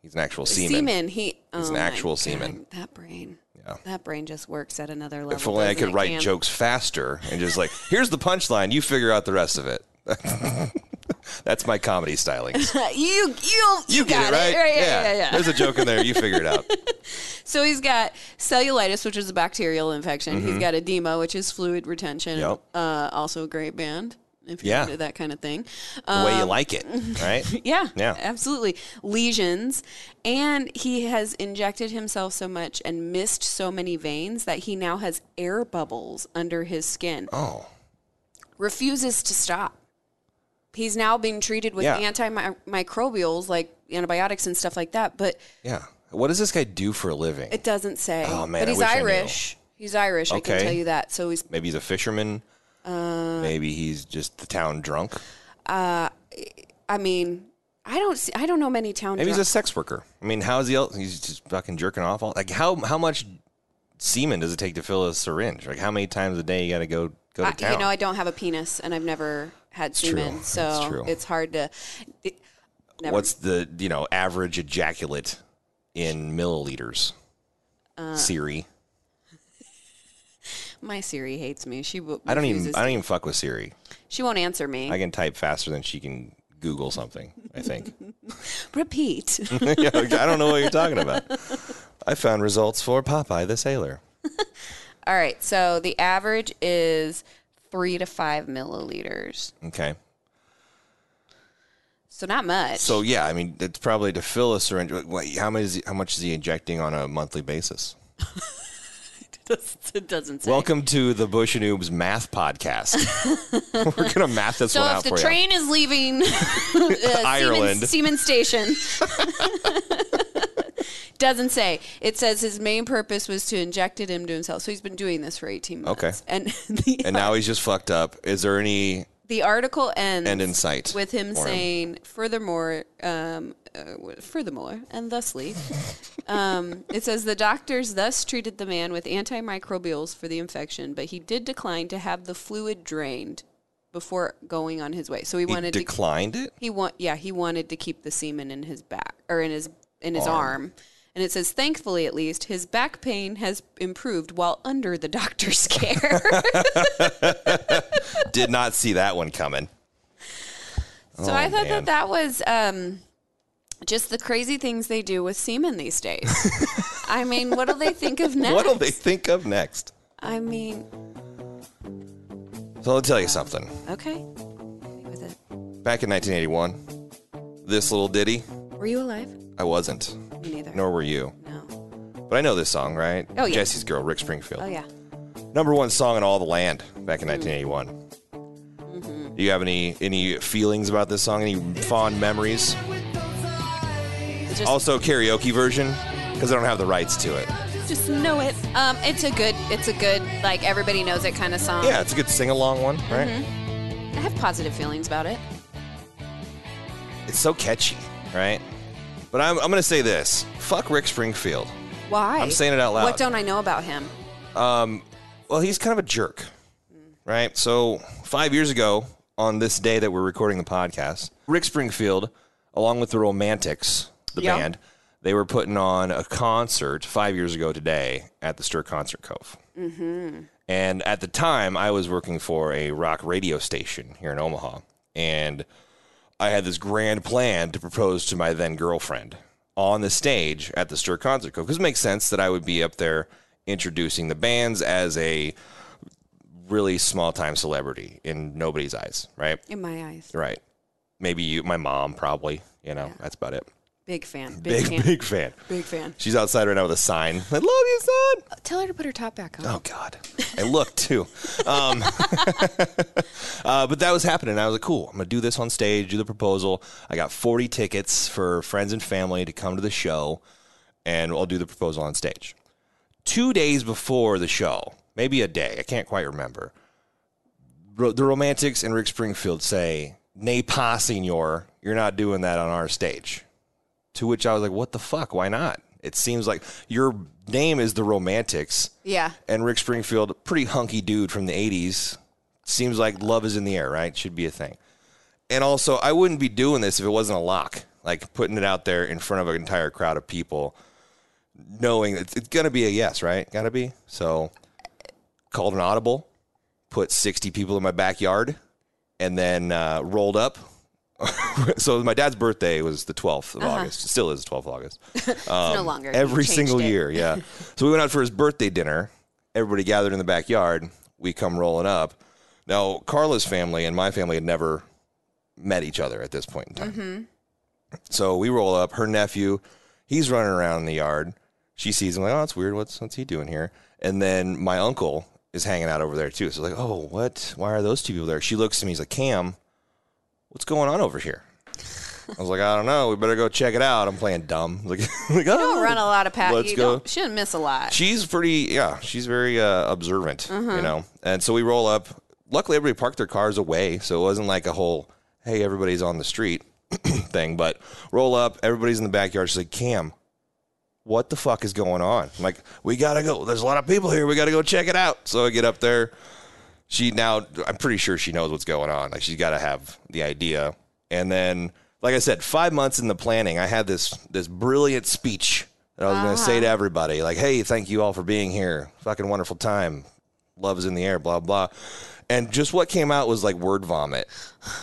He's an actual seaman.
Semen. He
He's an
oh my
actual
God,
seaman.
That brain. Yeah. That brain just works at another level.
If only I
doesn't
could
it,
write
Cam?
jokes faster and just like, here's the punchline. You figure out the rest of it. that's my comedy styling.
you you you, got it, right? Yeah, yeah, yeah.
There's a joke in there. You figure it out.
So he's got cellulitis, which is a bacterial infection. He's got edema, which is fluid retention.
Mm-hmm. Yep.
Uh, also a great band. If you're
Yeah.
into that kind of thing.
The
Um,
way you like it, right?
Yeah,
Yeah.
absolutely. Lesions, and he has injected himself so much and missed so many veins that he now has air bubbles under his skin.
Oh,
Refuses to stop. He's now being treated with
Yeah.
antimicrobials like antibiotics and stuff like that, but
yeah. What does this guy do for a living?
it doesn't say.
Oh, man,
but
I
he's
wish I knew.
Irish. He's Irish. I
Okay.
can tell you that. So he's
Maybe he's a fisherman.
Uh,
Maybe he's just the town drunk.
I mean, I don't see, I don't know many town
Maybe he's a
drunk-
sex worker. I mean, how's he? Else? He's just fucking jerking off all. Like how how much semen does it take to fill a syringe? Like how many times a day you got to go go to
I-
town?
you know, I don't have a penis and I've never had
true.
semen,
It's
so
true.
it's hard to. It, never.
What's the you know average ejaculate in milliliters?
Uh,
Siri,
my Siri hates me. She w-
I don't even
refuses
I
to-
don't even fuck with Siri.
she won't answer me.
I can type faster than she can Google something. I think.
Repeat.
Yeah, I don't know what you're talking about. I found results for Popeye the Sailor.
All right, so the average is three to five milliliters,
Okay.
so not much.
So yeah, I mean, it's probably to fill a syringe. Wait, how much? Is he, how much is he injecting on a monthly basis?
it doesn't say.
Welcome to the Bush and Oobs Math Podcast. We're gonna math this
So
one
if
out
the
for you.
train is leaving uh, Siemens-
Ireland.
Siemens Station, doesn't say. It says his main purpose was to inject it into himself. So he's been doing this for 18 months.
Okay.
And the,
and now he's just fucked up. Is there any
the article ends
end in sight
with him
for him?
saying, furthermore, um, uh, furthermore, and thusly, um, it says the doctors thus treated the man with antimicrobials for the infection, but he did decline to have the fluid drained before going on his way. So he,
he
wanted to
declined it?
he want yeah, he wanted to keep the semen in his back or in his in his arm. And it says, thankfully, at least his back pain has improved while under the doctor's care.
Did not see that one coming.
so I thought
Oh, man.
that that was um, just the crazy things they do with semen these days. I mean, what do they think of next?
What do they think of next?
I mean,
So I'll tell you something.
okay. With it.
Back in 1981, this little ditty,
Were you alive?
I wasn't,
Me neither.
nor were you.
No.
But I know this song, right?
Oh, yeah.
Jesse's Girl, Rick Springfield.
Oh yeah. Hmm.
Number one song in all the land back in 1981.
Mm-hmm.
Do you have any any feelings about this song? Any fond memories?
Just,
Also, karaoke version because I don't have the rights to it.
just know it. Um, it's a good. It's a good. Like everybody knows it kind of song.
Yeah, it's a good sing along one, right?
Mm-hmm. I have positive feelings about it.
It's so catchy, right? But I'm, I'm going to say this fuck Rick Springfield.
Why?
I'm saying it out loud.
What don't I know about him?
Well, he's kind of a jerk, right? So, five years ago, on this day that we're recording the podcast, Rick Springfield, along with the Romantics, the
Yeah.
band, they were putting on a concert five years ago today at the Stir Concert Cove. Mm-hmm. And at the time, I was working for a rock radio station here in Omaha. And I had this grand plan to propose to my then girlfriend on the stage at the Stir Concert Cove because it makes sense that I would be up there introducing the bands as a really small time celebrity in nobody's eyes, right?
In my eyes,
Right. Maybe you, my mom, probably. You know, that's about it.
big fan,
Big,
big, fan,
big fan.
big fan.
She's outside right now with a sign. I love you, son.
Tell her to put her top back on.
Oh God, I looked too. Um, uh, but that was happening. I was like, cool. I'm gonna do this on stage, do the proposal. I got 40 tickets for friends and family to come to the show, and I'll do the proposal on stage. Two days before the show, maybe a day, I can't quite remember. Ro- The Romantics and Rick Springfield say, "Ne pas, senor. You're not doing that on our stage." To which I was like, "What the fuck? Why not?" It seems like your name is the Romantics
Yeah,
and Rick Springfield, pretty hunky dude from the 80s. Seems like love is in the air, right? Should be a thing. And also, I wouldn't be doing this if it wasn't a lock, like putting it out there in front of an entire crowd of people, knowing it's, it's going to be a yes, right? Got to be. So, called an audible, put 60 people in my backyard, and then uh, rolled up. so, my dad's birthday was the 12th of August. It still is the 12th of August
Uh-huh.
Um,
it's no longer. You
every
changed
single
it.
year. Yeah. so we went out for his birthday dinner. Everybody gathered in the backyard. We come rolling up. Now Carla's family and my family had never met each other at this point in time. So we roll up. Her nephew, he's running around in the yard. She sees him like, oh, that's weird. What's what's he doing here? And then my uncle is hanging out over there too. So like, oh, what? Why are those two people there? She looks at me. He's like, Cam, what's going on over here? I was like, I don't know. We better go check it out. I'm playing dumb. Like, like oh,
Don't run a lot of pat.
Let's
you
go.
Don't, shouldn't miss a lot.
She's pretty, yeah. She's very uh, observant, you know. And so we roll up. Luckily, everybody parked their cars away, so it wasn't like a whole "Hey, everybody's on the street" thing. But roll up, everybody's in the backyard. She's like, "Cam, what the fuck is going on?" I'm like, "We gotta go. There's a lot of people here. We gotta go check it out." So I get up there. she now I'm pretty sure she knows what's going on. Like she's got to have the idea. And then, like I said, five months in the planning, I had this this brilliant speech that I was going to say to everybody, like, "Hey, thank you all for being here. Fucking wonderful time. Love is in the air. Blah blah." And just what came out was like word vomit,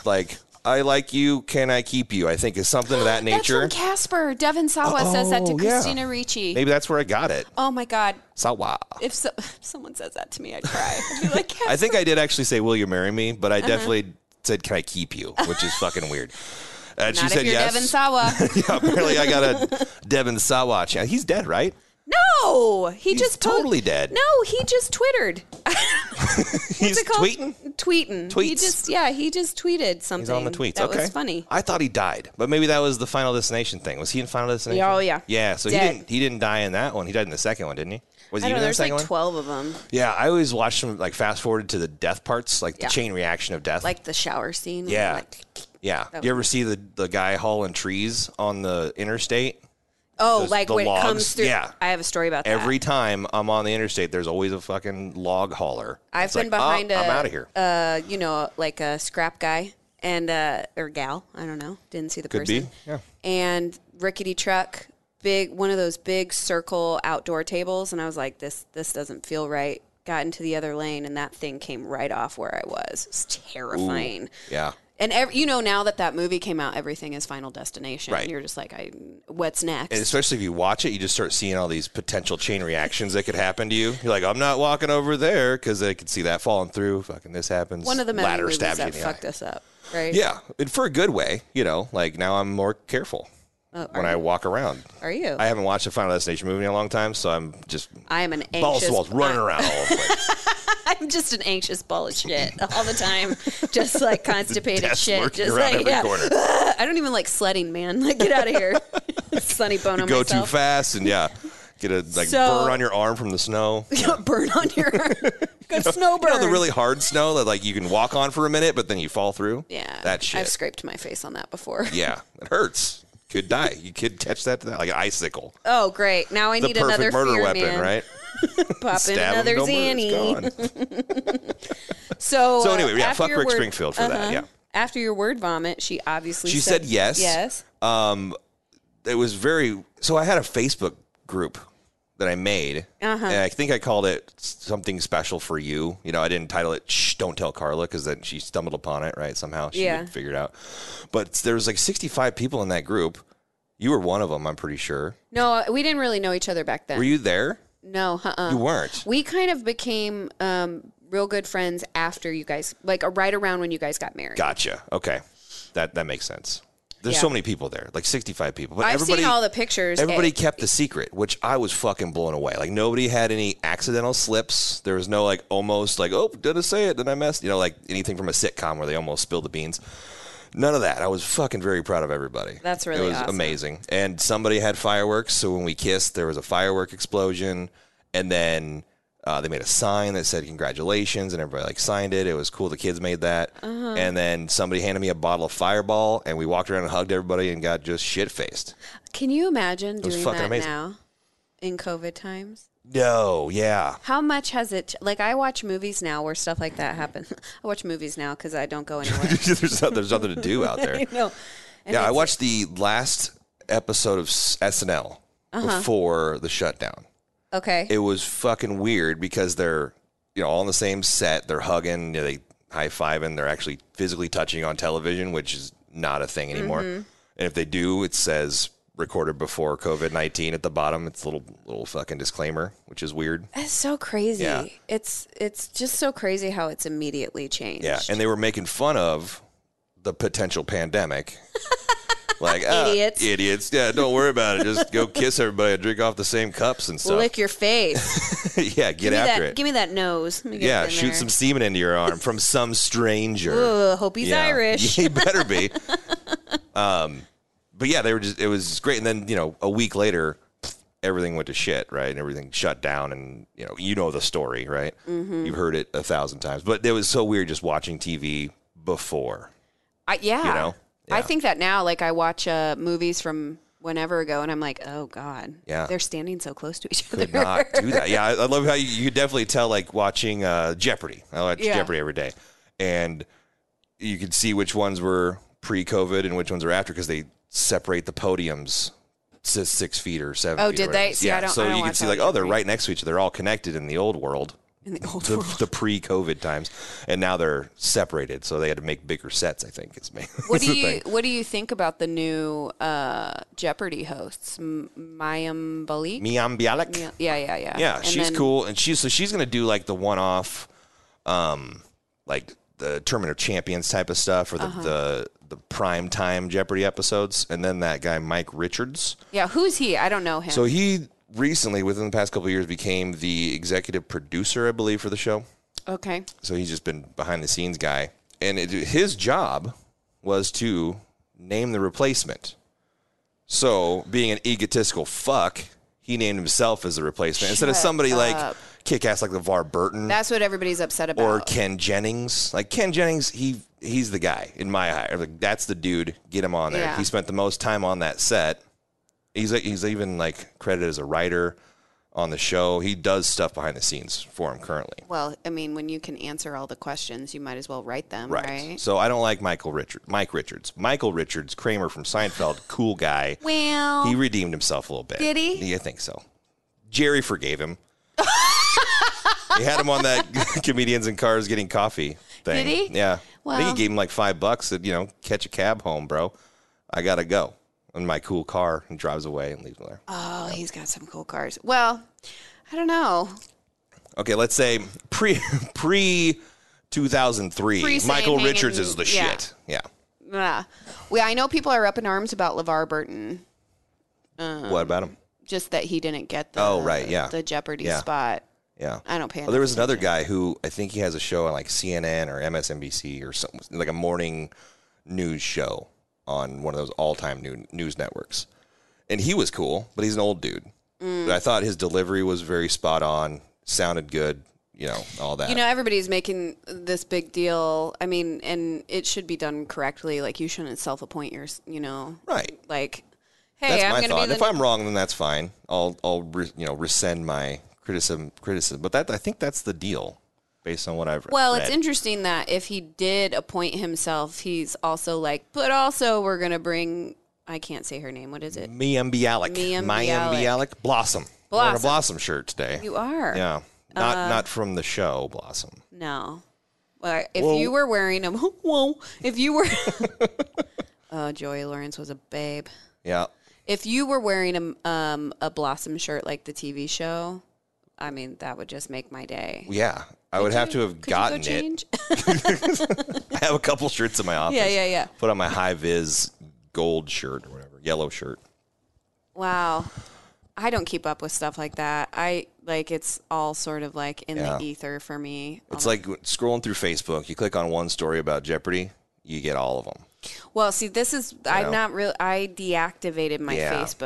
like. I like you. Can I keep you? I think is something of that
That's
nature.
from Casper. Devin Sawa says that to
Oh, yeah.
Christina Ricci.
Maybe that's where I got it.
Oh my God.
Sawa.
If, so, if someone says that to me, I'd cry. I'd be like,
I think I did actually say, "Will you marry me?" But I
Uh-huh.
definitely said, "Can I keep you?" Which is fucking weird. And
not
she
if
said
you're
yes.
Devin Sawa.
yeah, apparently I got a Devin Sawa. channel. He's dead, right?
No, he
He's
just po-
totally dead.
No, he just twittered.
He's
What's it called?
tweeting.
Tweeting. He
Tweets.
just yeah, he just tweeted something.
He's on the tweets.
That
okay,
was funny.
I thought he died, but maybe that was the Final Destination thing. Was he in Final Destination?
Yeah, oh, yeah.
Yeah. So
Dead.
he didn't. He didn't die in that one. He died in the second one, didn't he? Was
I
he even
don't know.
in the
There's
second
like
one?
twelve of them,
Yeah, I always watched him like fast forwarded to the death parts, like
Yeah.
the chain reaction of death.
like the shower scene. where
yeah,
like-
yeah.
That
You ever see the the guy hauling trees on the interstate?
oh,
Those-
like
the
when it
logs,
comes through.
yeah.
I have a story about that.
Every time I'm on the interstate, there's always a fucking log hauler.
I've
It's
been
like, oh,
behind a.
I'm out of here.
Uh, you know, like a scrap guy and uh, or gal. I don't know. Didn't see the
Could
person.
be. Yeah.
And rickety truck, big one of those big circle outdoor tables, and I was like, this this doesn't feel right. Got into the other lane, and that thing came right off where I was. It's terrifying.
yeah.
And ev you know now that that movie came out, everything is Final Destination.
Right.
You're just like, I what's next?
And especially if you watch it, you just start seeing all these potential chain reactions that could happen to you. You're like, I'm not walking over there because I could see that falling through. Fucking this happens.
one of the many
ladder
movies
stabs you in
that
the
fucked
eye.
us up, right?
Yeah, and for a good way, you know. Like now, I'm more careful
Oh,
when I walk around.
Are you?
I haven't watched a Final Destination movie in a long time, so I'm just
I am an anxious
balls to walls running around all over the place.
I'm just an anxious ball of shit all the time, just like constipated
Death's
shit.
lurking
Just
around
like
every
yeah.
corner.
I don't even like sledding, man. Like get out of here, Sunny Bono.
go
myself.
too fast and yeah get a like
So-
burn on your arm from the snow you
burn on your good snow burn.
know the really hard snow that like you can walk on for a minute but then you fall through
yeah.
that shit
I've scraped my face on that before.
yeah it hurts could die you could catch that like an icicle
Oh great! Now I
the
need another
perfect murder
fear
weapon
man.
right
Pop in
Stab 'em,
another
don't move, it's
Zanny.
gone.
So
So
uh,
anyway, yeah,
after
fuck
your
Rick
word- Uh-huh.
Springfield for that, yeah.
After your word vomit, she obviously
she
said,
said yes
Yes.
um it was very so i had a facebook group that i made
Uh-huh.
and i think i called it something special for you you know i didn't title it shh don't tell carla because then she stumbled upon it right somehow she
Yeah.
would figure it out but there was like 65 people in that group you were one of them i'm pretty sure
No, uh, we didn't really know each other back then.
were you there
no, uh-uh.
you weren't
We kind of became um, real good friends after you guys, like uh, right around when you guys got married.
gotcha okay that that makes sense there's
Yeah.
so many people there like 65 people but
I've
everybody
seen all the pictures.
Everybody
It-
kept the secret, which I was fucking blown away. Like nobody had any accidental slips. There was no like almost like oh did I say it? Did I mess? You know like anything from a sitcom where they almost spilled the beans. None of that. I was fucking very proud of everybody.
That's
it
really
was
awesome.
amazing. And somebody had fireworks, so when we kissed, there was a firework explosion, and then. Uh, they made a sign that said congratulations and everybody like signed it it was cool the kids made that
Uh-huh.
and then somebody handed me a bottle of fireball and we walked around and hugged everybody and got just shit faced
Can you imagine
was
doing
fucking
that
amazing.
now in COVID times?
no yeah
How much has it? Like I watch movies now where stuff like that happens. I watch movies now because I don't go anywhere.
there's, not, there's nothing to do out there.
no. And
yeah, I
it's-
watched the last episode of S- SNL before the shutdown.
Okay.
It was fucking weird because they're you know all on the same set. They're hugging, you know, they high fiving. They're actually physically touching on television, which is not a thing anymore. And if they do, it says recorded before COVID nineteen at the bottom. It's a little little fucking disclaimer, which is weird.
That's so crazy.
Yeah.
It's it's just so crazy how it's immediately changed.
Yeah, and they were making fun of the potential pandemic. like "Ah,
Idiots.
idiots. Yeah, don't worry about it. Just go kiss everybody and drink off the same cups and stuff.
Lick your face.
yeah, get
give, me
after
that,
it.
give me that nose. Let me get
yeah,
it in
shoot
there.
some semen into your arm from some stranger.
Ugh, hope he's
yeah.
Irish.
he better be. um, but yeah, they were just. It was great. And then you know, a week later, everything went to shit, right? And everything shut down. And you know, you know the story, right?
Mm-hmm.
You've heard it a thousand times. But it was so weird just watching TV before.
I, yeah.
You know?
I
Yeah.
think that now, like I watch uh, movies from whenever ago, and I'm like, oh god,
Yeah.
they're standing so close to each other.
could not do that. Yeah, I, I love how you, you could definitely tell like watching uh, Jeopardy. I watch
Yeah.
Jeopardy every day, and you could see which ones were pre-COVID and which ones are after because they separate the podiums to six feet or seven.
Oh,
feet or
did
whatever it
they?
is.
See, I
yeah,
don't-
so
I don't
you can
watch
see
that
like oh, they're
Jeopardy.
right next to each other. They're all connected in the old world.
in the old
The,
world.
the pre-COVID times, and now they're separated, so they had to make bigger sets. I think is me.
What
is
do
the
you
thing.
What do you think about the new uh, Jeopardy hosts, M- Mayim Balik?
Miam Bialik?
Yeah, yeah, yeah, yeah.
Yeah,
And
she's
then-
cool, and she's so she's gonna do like the one-off, um, like the Tournament of Champions type of stuff, or the
Uh-huh.
the the prime time Jeopardy episodes, and then that guy Mike Richards.
Yeah, who's he? I don't know him.
So he recently, within the past couple of years, became the executive producer, I believe, for the show.
okay,
So he's just been behind the scenes guy, and it, his job was to name the replacement. So, being an egotistical fuck, he named himself as the replacement instead of
Shut
somebody like
up.
kick ass like LeVar Burton
that's what everybody's upset about.
or Ken Jennings. Like Ken Jennings, he he's the guy in my eye. Like that's the dude. Get him on there.
Yeah.
He spent the most time on that set. He's he's even like credited as a writer on the show. He does stuff behind the scenes for him currently.
well, I mean, when you can answer all the questions, you might as well write them,
Right.
right?
So I don't like Michael Richard. Mike Richards. Michael Richards, Kramer from Seinfeld, cool guy.
Well,
He redeemed himself a little bit.
Oh. Did he?
Yeah, I think so. Jerry forgave him. he had him on that comedians in cars getting coffee thing.
Did he?
Yeah. I think
Well-
he gave him like five bucks. Said, you know, catch a cab home, bro. I gotta go in my cool car and drives away and leaves him there.
oh, he's got some cool cars. Well, I don't know.
Okay, let's say pre pre two thousand three.
Pre-Sam
Michael
hanging-
Richards is the
yeah.
shit. Yeah.
Yeah. Well, I know people are up in arms about LeVar Burton,
what about him?
just that he didn't get the
Oh, right, yeah.
the Jeopardy
Yeah.
spot.
Yeah.
I don't pay.
Oh, there
enough
was another guy who I think he has a show on like CNN or MSNBC or something like a morning news show on one of those all-time new, news networks, and he was cool, but he's an old dude.
Mm.
But I thought his delivery was very spot on, sounded good, you know, all that.
You know, everybody's making this big deal. I mean, and it should be done correctly. Like, you shouldn't self-appoint your, you know,
right?
like, hey,
That's
I'm
my
going to be
thought.
the.
If I'm wrong, then that's fine. I'll I'll re, you know rescind my criticism criticism, but that I think that's the deal, based on what I've
well,
read.
it's interesting that if he did appoint himself, he's also like, but also we're going to bring. I can't say her name. What is it?
Miam Bialik.
Miam
Miam
Bialik.
Bialik. Blossom. I Wearing a
Blossom.
Blossom shirt today.
You are.
Yeah. Not
Uh,
not from the show Blossom.
No. Well, if
Whoa.
you were wearing a whoa, if you were, oh, Joey Lawrence was a babe.
Yeah.
If you were wearing a um, a blossom shirt like the TV show, I mean that would just make my day.
Yeah. I would have to have
Could
gotten
you go
it.
change?
I have a couple shirts in my office.
yeah, yeah, yeah.
Put on my high vis gold shirt or whatever, yellow shirt.
Oh Wow, I don't keep up with stuff like that. I like it's all sort of like in
Yeah.
the ether for me.
It's like scrolling through Facebook. You click on one story about Jeopardy, you get all of them.
Well, see, this is
Yeah.
I'm not real. I deactivated my
Yeah. Mm-hmm.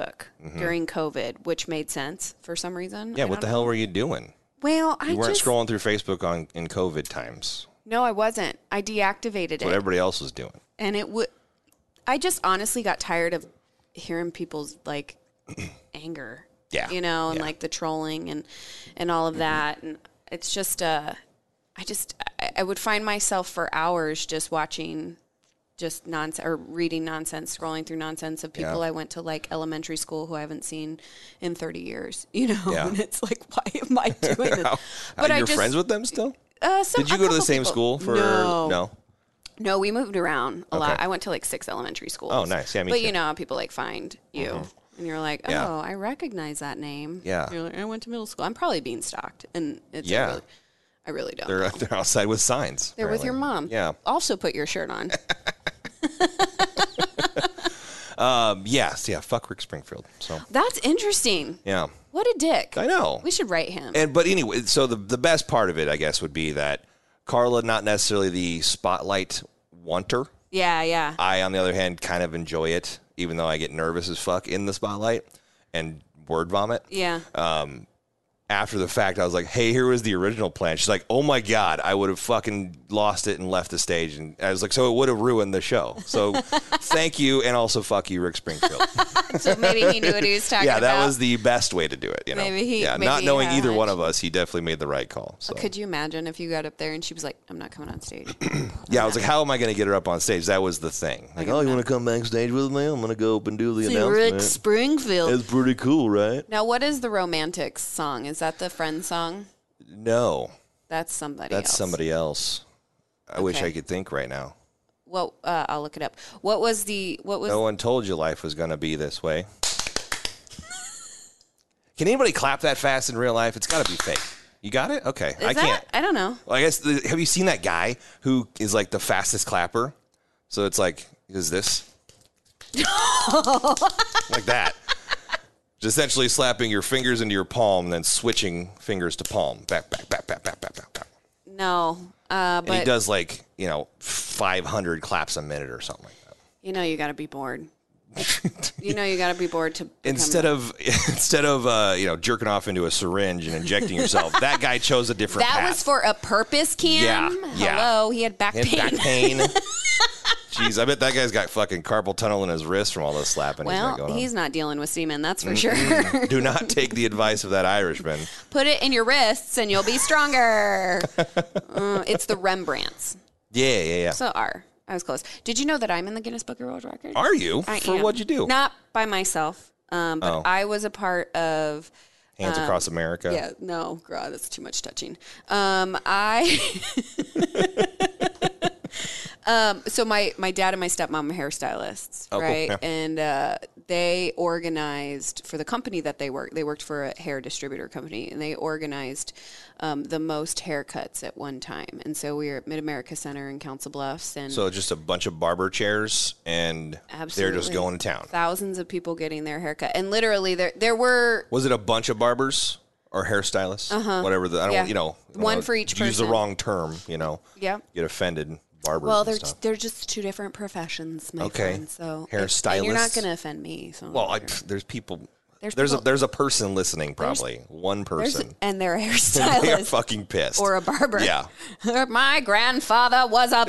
Facebook during COVID, which made sense for some reason.
Yeah,
I
what the
don't-
hell were you doing?
Well, I
You weren't
just
scrolling through Facebook on in COVID times.
no, I wasn't. I deactivated
What
it,
everybody else was doing.
and it would. I just honestly got tired of hearing people's like anger.
Yeah.
you know, and
Yeah. Mm-hmm.
like the trolling and and all of that, and it's just uh, I just I, I would find myself for hours just watching. Just nonsense or reading nonsense, scrolling through nonsense of people I went to like elementary school who I haven't seen in 30 years, you know?
Yeah.
And it's like, why am I doing this?
But Are you Uh, friends with them still?
uh, some-
Did you
a
go to the
couple
same
people-
school for
no.
no?
No, we moved around a lot.
Okay.
I went to like six elementary schools.
Oh, nice. Yeah, me too.
but
Mm-hmm.
you know how people like find you, and you're like, oh,
Yeah.
I recognize that name.
Yeah.
You're like, I went to middle school. I'm probably being stalked, and it's
Yeah.
yeah, really, I really don't. They're,
They're they're outside with signs.
with your
apparently.
mom.
Yeah.
Also, put your shirt on.
Um, yes, yeah, fuck Rick Springfield. So
That's interesting.
yeah,
What a dick.
I know.
We should write him.
And but anyway, so the the best part of it, I guess, would be that Carla, not necessarily the spotlight wanter.
yeah, yeah.
I, on the other hand, kind of enjoy it, even Uh, though I get nervous as fuck in the spotlight and word vomit.
yeah.
after the fact, I was like, "Hey, here was the original plan." She's like, "Oh my god, I would have fucking lost it and left the stage." And I was like, "So it would have ruined the show." So thank you, and also fuck you, Rick Springfield.
So maybe he knew what he was talking
yeah,
about.
that was the best way to do it. You know,
Maybe he-
yeah,
maybe
not
he
knowing
had
either
a
one
hunch.
of us, he definitely made the right call. So
Could you imagine if you got up there and she was like, "I'm not coming on stage."
yeah, I was like, "How am I going to get her up on stage?" That was the thing. Like, "Oh, you want to come backstage with me? I'm going to go up and do the announcement."
Springfield.
It's pretty cool, right?
Now, what is the Romantics song? Is that the friend song?
No,
That's somebody.
that's
else.
somebody else. I wish
Okay.
I could think right now.
Well, uh, I'll look it up. What was the what was
No one told you life was going to be this way. Can anybody clap that fast in real life? It's got to be fake. You got it? Okay.
is
I
that?
can't.
I don't know.
Well, I guess, the, have you seen that guy who is like the fastest clapper? So it's like, is this? like that. Just essentially slapping your fingers into your palm and then switching fingers to palm. Back, back, back, back, back, back, back, back.
No, uh,
And he
but
does like, you know, 500 claps a minute or something like that.
you know you got to be bored. you know you got to be bored to become-
instead of instead of uh, you know jerking off into a syringe and injecting yourself, that guy chose a different.
That
path.
was for a purpose, Cam.
Yeah, yeah.
Hello, he had back
And
pain.
back pain. Jeez, I bet that guy's got fucking carpal tunnel in his wrist from all the slapping he's got
well,
going
he's not dealing with semen, that's for sure.
on. Do not take the advice of that Irishman.
Put it in your wrists and you'll be stronger. Uh, it's the Rembrandts.
Yeah, yeah, yeah.
So R. I was close. Did you know that I'm in the Guinness Book of World Records?
Are you
I
for
am.
what'd you do?
Not by myself, um, but
Oh.
I was a part of.
Hands across
um,
America.
Yeah, no, God, that's too much touching. Um, I. um, so my my dad and my stepmom are hairstylists,
Oh, cool.
right?
Yeah.
And uh, they organized for the company that they worked. They worked for a hair distributor company, and they organized um, the most haircuts at one time. And so we were at Mid America Center in Council Bluffs, and
So just a bunch of barber chairs, and they're just
Absolutely.
going to town.
thousands of people getting their haircut. And literally, there there were
Was it a bunch of barbers or hairstylists? Uh-huh. Whatever. The, I don't.
Yeah.
You know. I don't
One
wanna
for each
Use the
person.
wrong term. You know.
Yeah.
Get offended. Barbers.
well,
and
they're
stuff.
they're just two different professions, my
Okay.
friend. So
Hair
and- and You're not
stylists.
going to offend me. So
Well, I, pff, there's people. There's
There's
a
people-
there's a person listening probably one
There's-
person.
and they're a
They are
hairstylist
fucking pissed.
or a barber.
Yeah.
my grandfather was a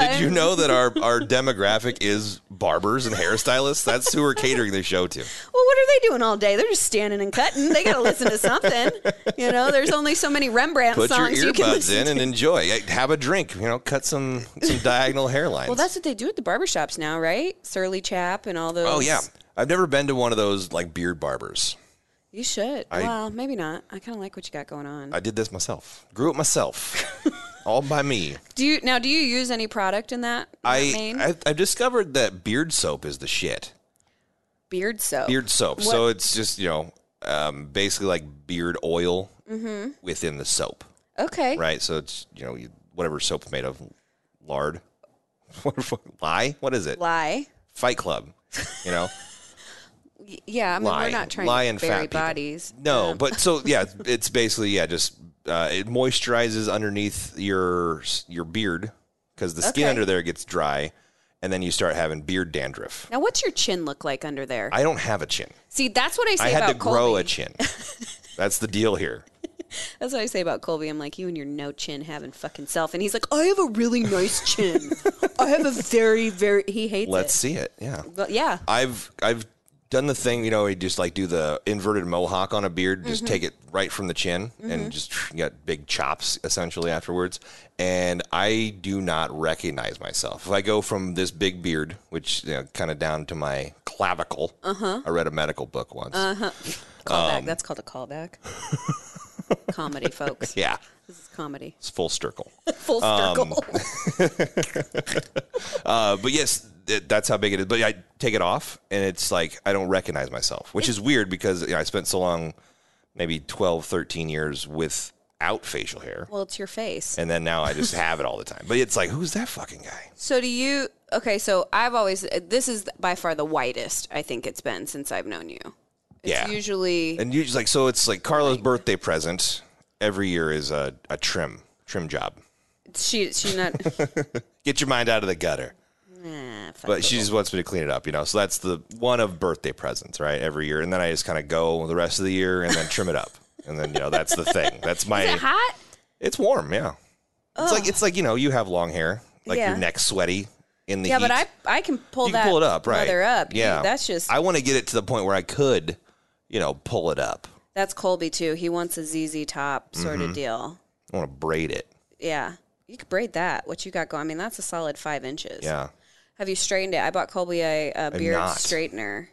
Did you know that our our demographic is barbers and hairstylists? That's who we're catering the show to.
Well, what are they doing all day? They're just standing and cutting. They got to listen to something. You know, there's only so many Rembrandt
Put your
songs you can
earbuds
listen
in and enjoy. Hey, Have a drink. You know, cut some some diagonal hairlines.
Well, that's what they do at the barbershops now, right? Surly Chap and all those.
oh yeah. I've never been to one of those like beard barbers.
You should.
I-
well, maybe not. I kind of like what you got going on.
I did this myself. Grew it myself. All by me.
do you now? Do you use any product in that? in that
I,
vein?
I I've discovered that beard soap is the shit.
beard soap.
beard soap. So it's just you know, um, basically like beard oil
Mm-hmm.
within the soap,
Okay.
right? So it's you know you, whatever soap's made of, lard, What the fuck- lye. What is it?
Lie.
Fight Club. You know,
Y- Yeah, I mean
lye,
we're not trying
lye
to
and fat
bury
people.
bodies.
No, but so yeah, it's- it's basically yeah, just uh, it moisturizes underneath your s- your beard because the skin
Okay.
under there gets dry, and then you start having beard dandruff.
Now, what's your chin look like under there?
I don't have a chin.
See, that's what I say
I had
about
to grow
Colby.
a chin. That's the deal here.
That's what I say about Colby. I'm like, you and your no chin having fucking self, and he's like, I have a really nice chin. I have a very, very. He hates
Let's
it.
see it. Yeah.
But yeah,
I've I've done the thing, you know, you just like do the inverted mohawk on a beard, just take it right from the chin and just you got big chops essentially afterwards. And I do not recognize myself. If I go from this big beard, which you know, kind of down to my clavicle. I read a medical book once. Uh,
callback.
um,
that's called a callback. comedy, folks.
Yeah. Um,
This is comedy.
It's full circle.
Full circle.
Uh, but yes, th- that's how big it is. But I take it off, and it's like I don't recognize myself, which is weird because you know, I spent so long, maybe 12, 13 years without facial hair.
well, it's your face.
And then now I just have it all the time. But it's like, who's that fucking guy?
So do you? Okay, so I've always this is by far the whitest I think it's been since I've known you. It's
Yeah.
usually
And you just like, so it's like Carla's birthday present every year is a, a trim, trim job.
she she's not.
Get your mind out of the gutter.
nah, fuck
But
it.
she just wants me to clean it up, you know? So that's the one of birthday presents, right? Every year. And then I just kind of go the rest of the year and then trim it up. and then you know that's the thing. That's my.
Is it hot?
It's warm, yeah. It's like it's like you know you have long hair, like
Yeah.
your neck's sweaty in the
Yeah, but
heat.
I I can pull
you
that
can pull it up, right?
leather up. Dude,
Yeah,
that's just
I want to get it to the point where I could, you know, pull it up.
that's Colby too. He wants a ZZ top sort
Mm-hmm.
of deal.
I want to braid it.
Yeah, you could braid that. What you got going? I mean, that's a solid five inches.
Yeah,
Have you straightened it? I bought Colby a, a beard
not.
straightener.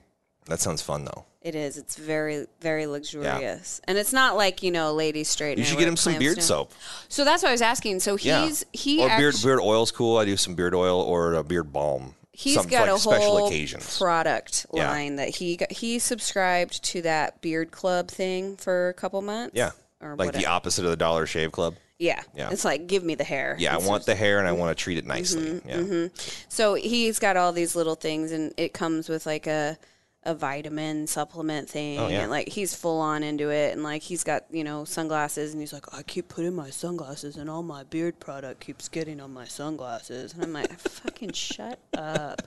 that sounds fun though.
It is. It's very very luxurious, and it's not like you know, lady straightener.
You should
where
get
it
him some
clamps
beard
down.
soap.
So that's what I was asking. So he's
Yeah,
he
or
actu-
beard beard oil's cool. I do some beard oil or a beard balm.
He's
Something
got
for, like,
a whole
special occasions.
product
Yeah.
line that he got, he subscribed to that beard club thing for a couple months.
yeah,
or
like
whatever.
the opposite of the Dollar Shave Club.
yeah.
Yeah.
It's like give me the hair.
Yeah, I
It's- Mm-hmm,
want the hair and I want to treat it nicely. yeah.
So he's got all these little things, and it comes with like a a vitamin supplement thing,
Oh, yeah.
and like he's full on into it, and like he's got you know sunglasses, and he's like, I keep putting my sunglasses, and all my beard product keeps getting on my sunglasses, and I'm like, fucking shut up.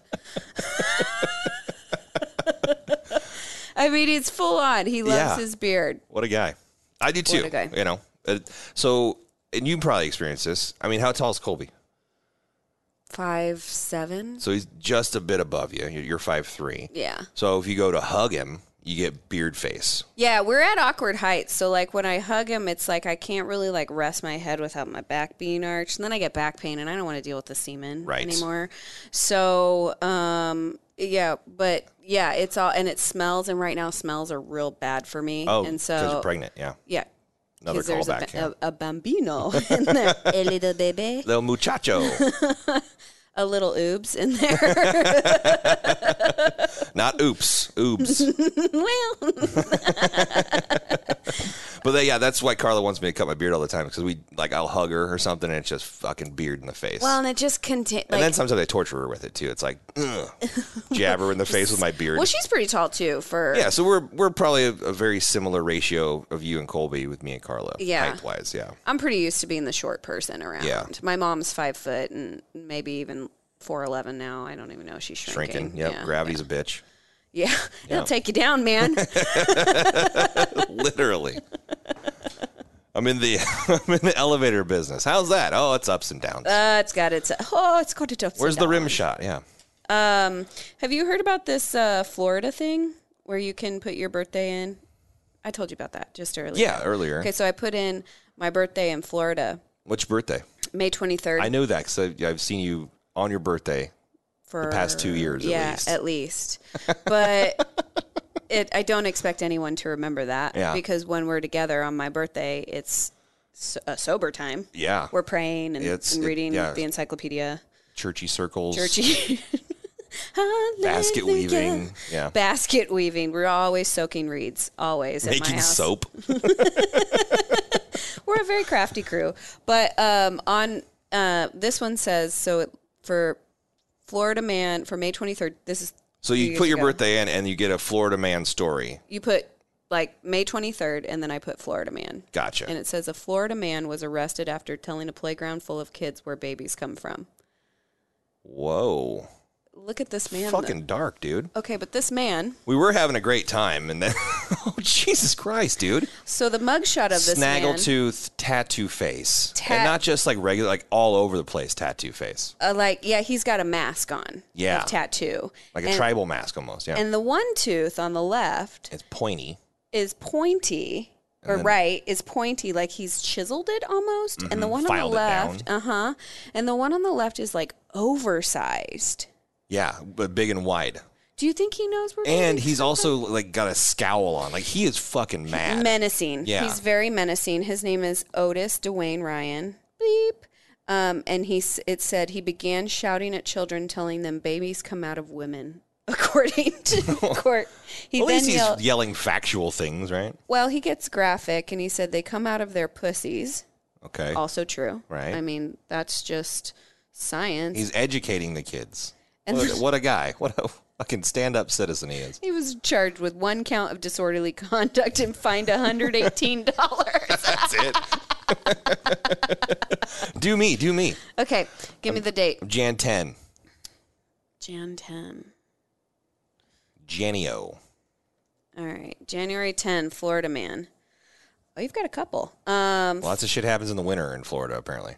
I mean, it's full on. He loves
Yeah.
his beard.
What a guy. I do too.
a guy.
You know, Uh, so and you probably experienced this. I mean, how tall is Colby?
Five seven.
So he's just a bit above you. You're, you're five three.
Yeah.
So if you go to hug him, you get beard face.
Yeah, we're at awkward heights. So like when I hug him, it's like I can't really like rest my head without my back being arched, and then I get back pain, and I don't want to deal with the semen
Right.
anymore. So um, yeah, but yeah, it's all and it smells, and right now smells are real bad for me.
Oh,
and
because
so
you're pregnant. Yeah.
yeah,
Another
'cause there's a,
callback,
ba- uh,
yeah.
a, a bambino in there, a little baby,
Little muchacho,
a little oobs in there.
not oops, oops.
well,
But then, yeah, that's why Carla wants me to cut my beard all the time because we like I'll hug her or something and it's just fucking beard in the face.
well, and it just conti-
and
like
then sometimes I torture her with it too. It's like ugh, jab her in the face with my beard.
well, she's pretty tall too for
Yeah, so we're we're probably a, a very similar ratio of you and Colby with me and Carla.
Yeah.
height wise, yeah.
I'm pretty used to being the short person around.
Yeah.
My mom's five foot and maybe even four eleven now. I don't even know. She's shrinking.
Shrinking, yep.
Yeah.
Gravity's a bitch,
Yeah.
Yeah.
It'll take you down, man.
literally. I'm in the I'm in the elevator business. How's that? Oh, it's ups and downs.
uh, it's got its oh, it's got its ups.
Where's
and
the rim
downs.
shot? Yeah.
Um, have you heard about this uh, Florida thing where you can put your birthday in? I told you about that just earlier.
Yeah, earlier.
Okay, so I put in my birthday in Florida,
What's your birthday?
May twenty third.
I know that because I've seen you on your birthday.
for
past two years at
yeah,
least.
at least. But it, I don't expect anyone to remember that
Yeah.
because when we're together on my birthday, it's so, a sober time.
Yeah.
We're praying and,
It's-
and
it-
reading
yeah.
the encyclopedia,
Churchy circles,
churchy,
basket weaving, yeah,
basket weaving. We're always soaking reeds, always at my
making
house.
soap.
We're a very crafty crew. But um, on uh, this one says so it, for Florida man for May twenty third. This is
So
Two
you
years
put your
ago.
birthday in, and you get a Florida man story.
you put like May 23rd, and then I put Florida man.
Gotcha.
And it says a Florida man was arrested after telling a playground full of kids where babies come from.
Whoa,
Look at this man. though.
fucking dark, dude.
Okay, but this man.
We were having a great time, and then oh Jesus Christ, dude!
So the mugshot of this man,
Snaggletooth tattoo face,
Ta-
and not just like regular, like all over the place tattoo face,
uh, like, yeah, he's got a mask on.
Yeah.
Of tattoo.
like a
and,
tribal mask almost. Yeah,
And the one tooth on the left
it's pointy.
is pointy, or right is pointy, like he's chiseled it almost. And the one on the
Mm-hmm. Filed it
left, uh huh. And the one on the left is like oversized.
Yeah, but big and wide,
Do you think he knows where?
and
babies
he's
come
also like got a scowl on. Like he is fucking mad.
menacing.
Yeah.
He's very menacing. His name is Otis Dwayne Ryan. Bleep. Um, and he s- it said he began shouting at children, telling them babies come out of women. According to the court, he
At
then
least he's
yelled.
yelling factual things, right?
Well, he gets graphic, and he said they come out of their pussies.
Okay,
Also true.
Right.
I mean, that's just science.
he's educating the kids.
And
What,
then-
what a guy! What a fucking stand-up citizen he is.
he was charged with one count of disorderly conduct and fined hundred eighteen dollars.
That's it. do me, do me.
okay, give me the date.
Jan 10,
Jan ten.
Janio.
All right. January 10, Florida man. Oh, you've got a couple. Um,
Lots of shit happens in the winter in Florida, apparently.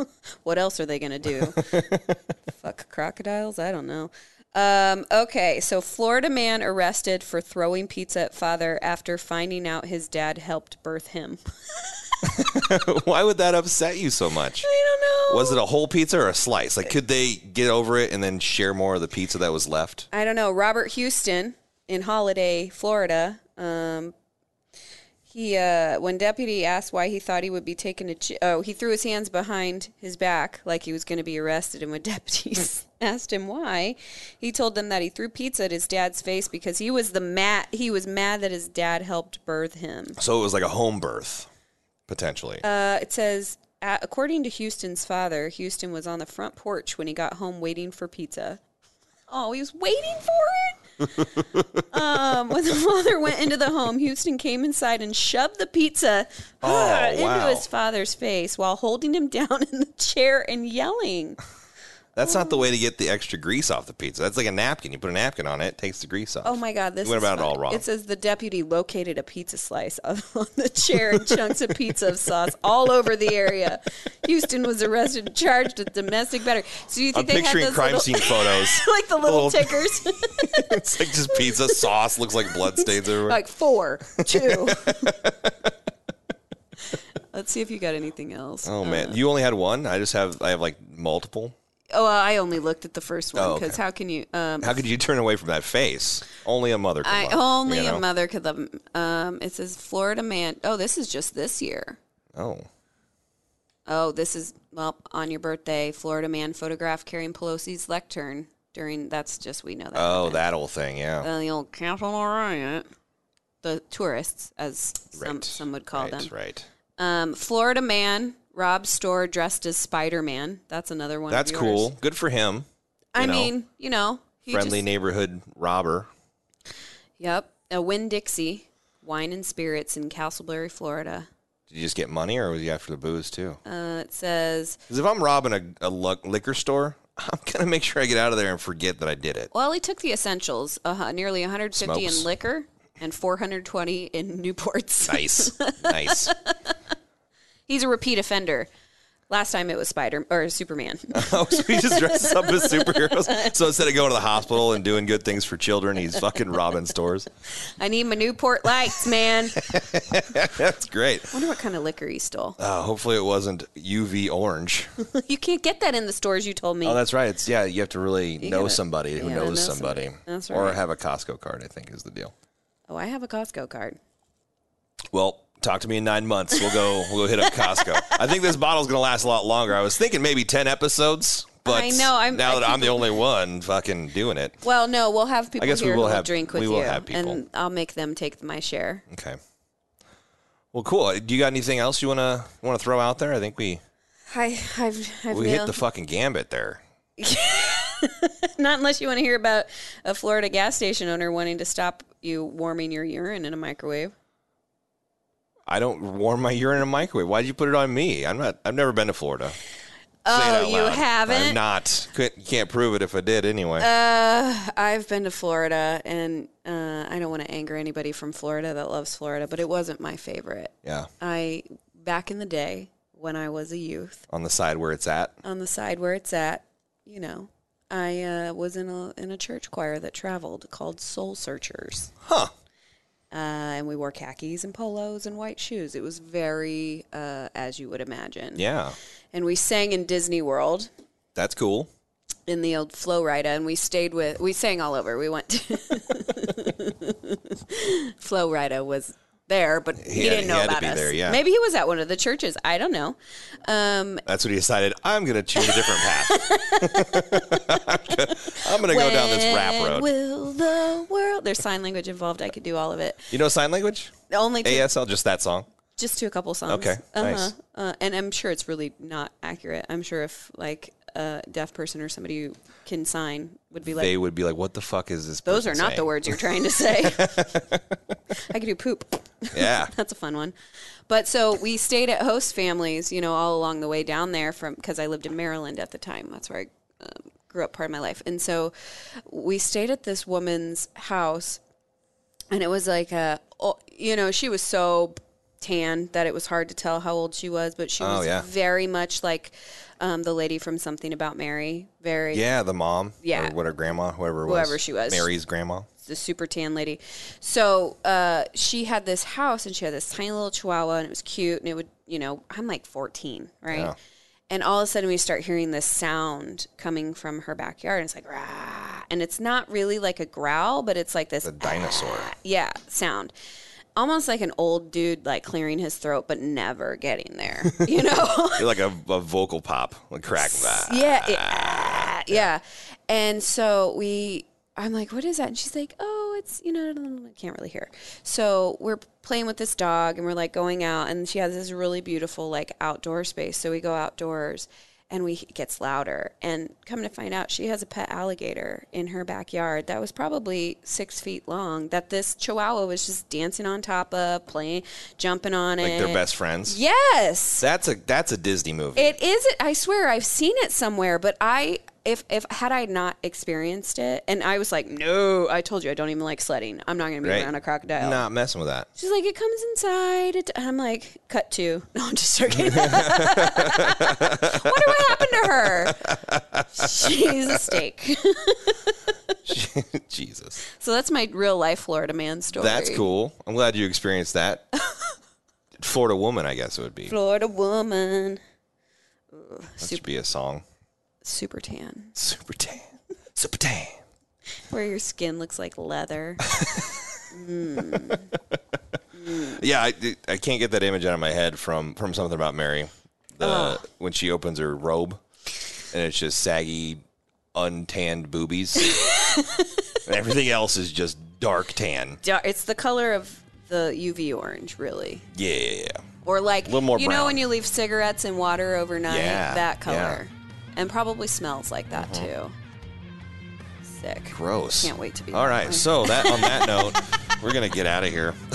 what else are they going to do? Fuck crocodiles? I don't know. Um, okay, so Florida man arrested for throwing pizza at father after finding out his dad helped birth him.
Why would that upset you so much?
I don't know.
Was it a whole pizza or a slice? Like, could they get over it and then share more of the pizza that was left?
I don't know. Robert Houston in Holiday, Florida. Um, he uh, when deputy asked why he thought he would be taken to ch- oh he threw his hands behind his back like he was going to be arrested and when deputies asked him why he told them that he threw pizza at his dad's face because he was the mad he was mad that his dad helped birth him
So it was like a home birth, potentially.
uh, it says "A- according to houston's father houston was on the front porch when he got home waiting for pizza oh he was waiting for it um, when the father went into the home, Houston came inside and shoved the pizza
Oh,
into
wow.
his father's face while holding him down in the chair and yelling.
That's not the way to get the extra grease off the pizza. That's like a napkin. You put a napkin on it, it takes the grease off.
Oh my God, this
You went
is
about it all
funny.
wrong.
It says the deputy located a pizza slice on on the chair and chunks of pizza sauce all over the area. Houston was arrested and charged with domestic battery. So you
I'm
think they had
picturing
those
crime
little,
scene photos.
like the little,
little-
tickers,
it's like just pizza sauce looks like blood stains everywhere.
like four, two. Let's see if you got anything else.
oh man, you only had one. I just have I have like multiple.
Oh, well, I only looked at the first one
Oh,
because
okay.
how can you? Um,
How could you turn away from that face? Only a mother. Could
I
love,
only
you know?
a mother could love. him. Um, it says Florida man. Oh, this is just this year.
Oh,
Oh, this is well on your birthday. Florida man photographed carrying Pelosi's lectern during. That's just we know that.
oh,
happened.
that old thing. Yeah.
Uh, the old Capitol riot. The tourists, as some
Right.
some would call
right,
them.
Right.
Um, Florida man robbed store dressed as Spider Man. That's another one. of
That's
yours.
cool. Good for him.
I
you know.
mean, you know, he
Friendly
just-
neighborhood robber.
Yep. A Win Dixie wine and spirits in Castleberry, Florida.
Did you just get money, or was he after the booze too?
Uh, it says,
Because if I'm robbing a, a lu- liquor store, I'm gonna make sure I get out of there and forget that I did it.
well, he took the essentials, uh, nearly 150
Smokes.
in liquor and 420 in Newports.
Nice, nice.
He's a repeat offender. Last time it was Spider or Superman.
Oh, so he just dresses up as superheroes. So instead of going to the hospital and doing good things for children, he's fucking robbing stores.
I need my Newport lights, man.
That's great.
wonder what kind of liquor he stole.
Uh, hopefully, it wasn't UV orange.
you can't get that in the stores you told me.
Oh, that's right. It's yeah. You have to really know
gotta-
somebody who
yeah,
knows
know
somebody,
somebody. That's
or
right.
have a Costco card. I think is the deal.
oh, I have a Costco card.
Well, talk to me in nine months. We'll go. We'll go hit up Costco. I think this bottle's gonna last a lot longer. I was thinking maybe ten episodes, but
I know, I'm-
now
I
that
keep-
I'm the only one fucking doing it.
Well, no, we'll have people
guess we
here
will
who
have-
drink
we
with
will
you,
have people.
and I'll make them take my share.
Okay. Well, cool. Do you got anything else you wanna want to throw out there? I think we
I, I've, I've
we
nailed-
hit the fucking gambit there.
Not unless you want to hear about a Florida gas station owner wanting to stop you warming your urine in a microwave.
I don't warm my urine in a microwave. Why'd you put it on me? I'm not. I've never been to Florida. Say it
Oh,
out
you
loud. I'm
haven't?
not. Couldn't, can't prove it if I did anyway.
Uh, I've been to Florida, and uh, I don't want to anger anybody from Florida that loves Florida, but it wasn't my favorite.
yeah,
I back in the day when I was a youth,
on the side where it's at.
on the side where it's at, you know, I uh, was in a in a church choir that traveled called Soul Searchers.
Huh.
Uh, and we wore khakis and polos and white shoes. It was very, uh, as you would imagine.
Yeah,
and we sang in Disney World
that's cool.
in the old Flow Rida, and we stayed with we sang all over. We went to Flow Rida was there, but he,
had-
didn't know
he had to
about
be
us.
there, yeah.
Maybe he was at one of the churches. I don't know. Um,
That's when he decided I'm going to choose a different path. I'm going to go down this rap
When
road.
Will the world? There's sign language involved. I could do all of it.
you know sign language?
Only to,
ASL, just that song.
just to a couple songs.
Okay, nice.
Uh, and I'm sure it's really not accurate. I'm sure if like a deaf person or somebody who can sign would be like,
They would be like, "What the fuck is this?"
Those
person
are not the
saying?"
words you're trying to say. I could do poop.
Yeah,
That's a fun one. But so we stayed at host families, you know, all along the way down there from because I lived in Maryland at the time. That's where I um, grew up part of my life. And so we stayed at this woman's house, and it was like a, oh, you know, she was so tan that it was hard to tell how old she was, but she
Oh,
was
yeah.
very much like um, the lady from Something About Mary. Very
Yeah, the mom.
Yeah.
Or whatever grandma, whoever it was.
Whoever she was.
Mary's grandma.
the super tan lady. So uh, she had this house and she had this tiny little chihuahua and it was cute and it would, you know, I'm like 14, right?
Yeah.
And all of a sudden we start hearing this sound coming from her backyard and it's like, rah. And it's not really like a growl, but it's like this,
The dinosaur.
yeah, sound. Almost like an old dude like clearing his throat, but never getting there, you know?
like a, a vocal pop, like crack that.
yeah, it- ah, yeah. And so we, I'm like, what is that? And she's like, oh, it's you know, I can't really hear. So we're playing with this dog, and we're like going out, and she has this really beautiful like outdoor space. So we go outdoors, and we it gets louder. And come to find out, she has a pet alligator in her backyard that was probably six feet long. That this Chihuahua was just dancing on top of, playing, jumping on
Like
it.
they're best friends.
Yes.
That's a that's a Disney movie.
It is. I swear, I've seen it somewhere, but I if if had I not experienced it, and I was like, no, I told you, I don't even like sledding. I'm not going to be
right?
around a crocodile.
Not messing with that.
She's like, it comes inside. It, and I'm like, cut to. No, I'm just joking. Wonder what happened to her. She's a steak.
Jesus.
so that's my real life Florida man story.
That's cool. I'm glad you experienced that. Florida woman, I guess it would be. That
Florida woman,
should be a song.
super tan,
Super tan. Super tan.
where your skin looks like leather.
Yeah, I, I can't get that image out of my head from from something about Mary. The when she opens her robe and it's just saggy, untanned boobies. and everything else is just dark tan.
Dar- It's the color of the UV orange, really.
Yeah, yeah, yeah.
or like
little more
you know
brown.
when you leave cigarettes in water overnight
Yeah, Mm-hmm.
that color and probably smells like that too sick
Gross.
Can't wait to be
All
that
right,
way.
so that on that note, we're gonna get out of here.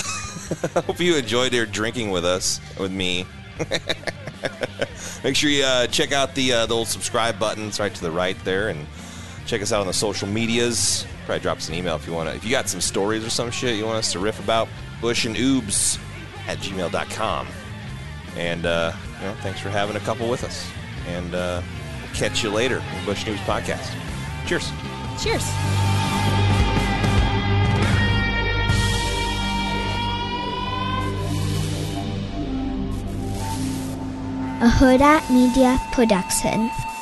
Hope you enjoyed your drinking with us, with me. Make sure you uh, check out the uh, the old subscribe buttons right to the right there, and check us out on the social medias. Probably drop us an email if you want to. If you got some stories or some shit you want us to riff about, bush and oobs at gmail.com. And uh, you know, thanks for having a couple with us. And uh, we'll catch you later on the Bush News Podcast. Cheers.
cheers
a Huda Media production.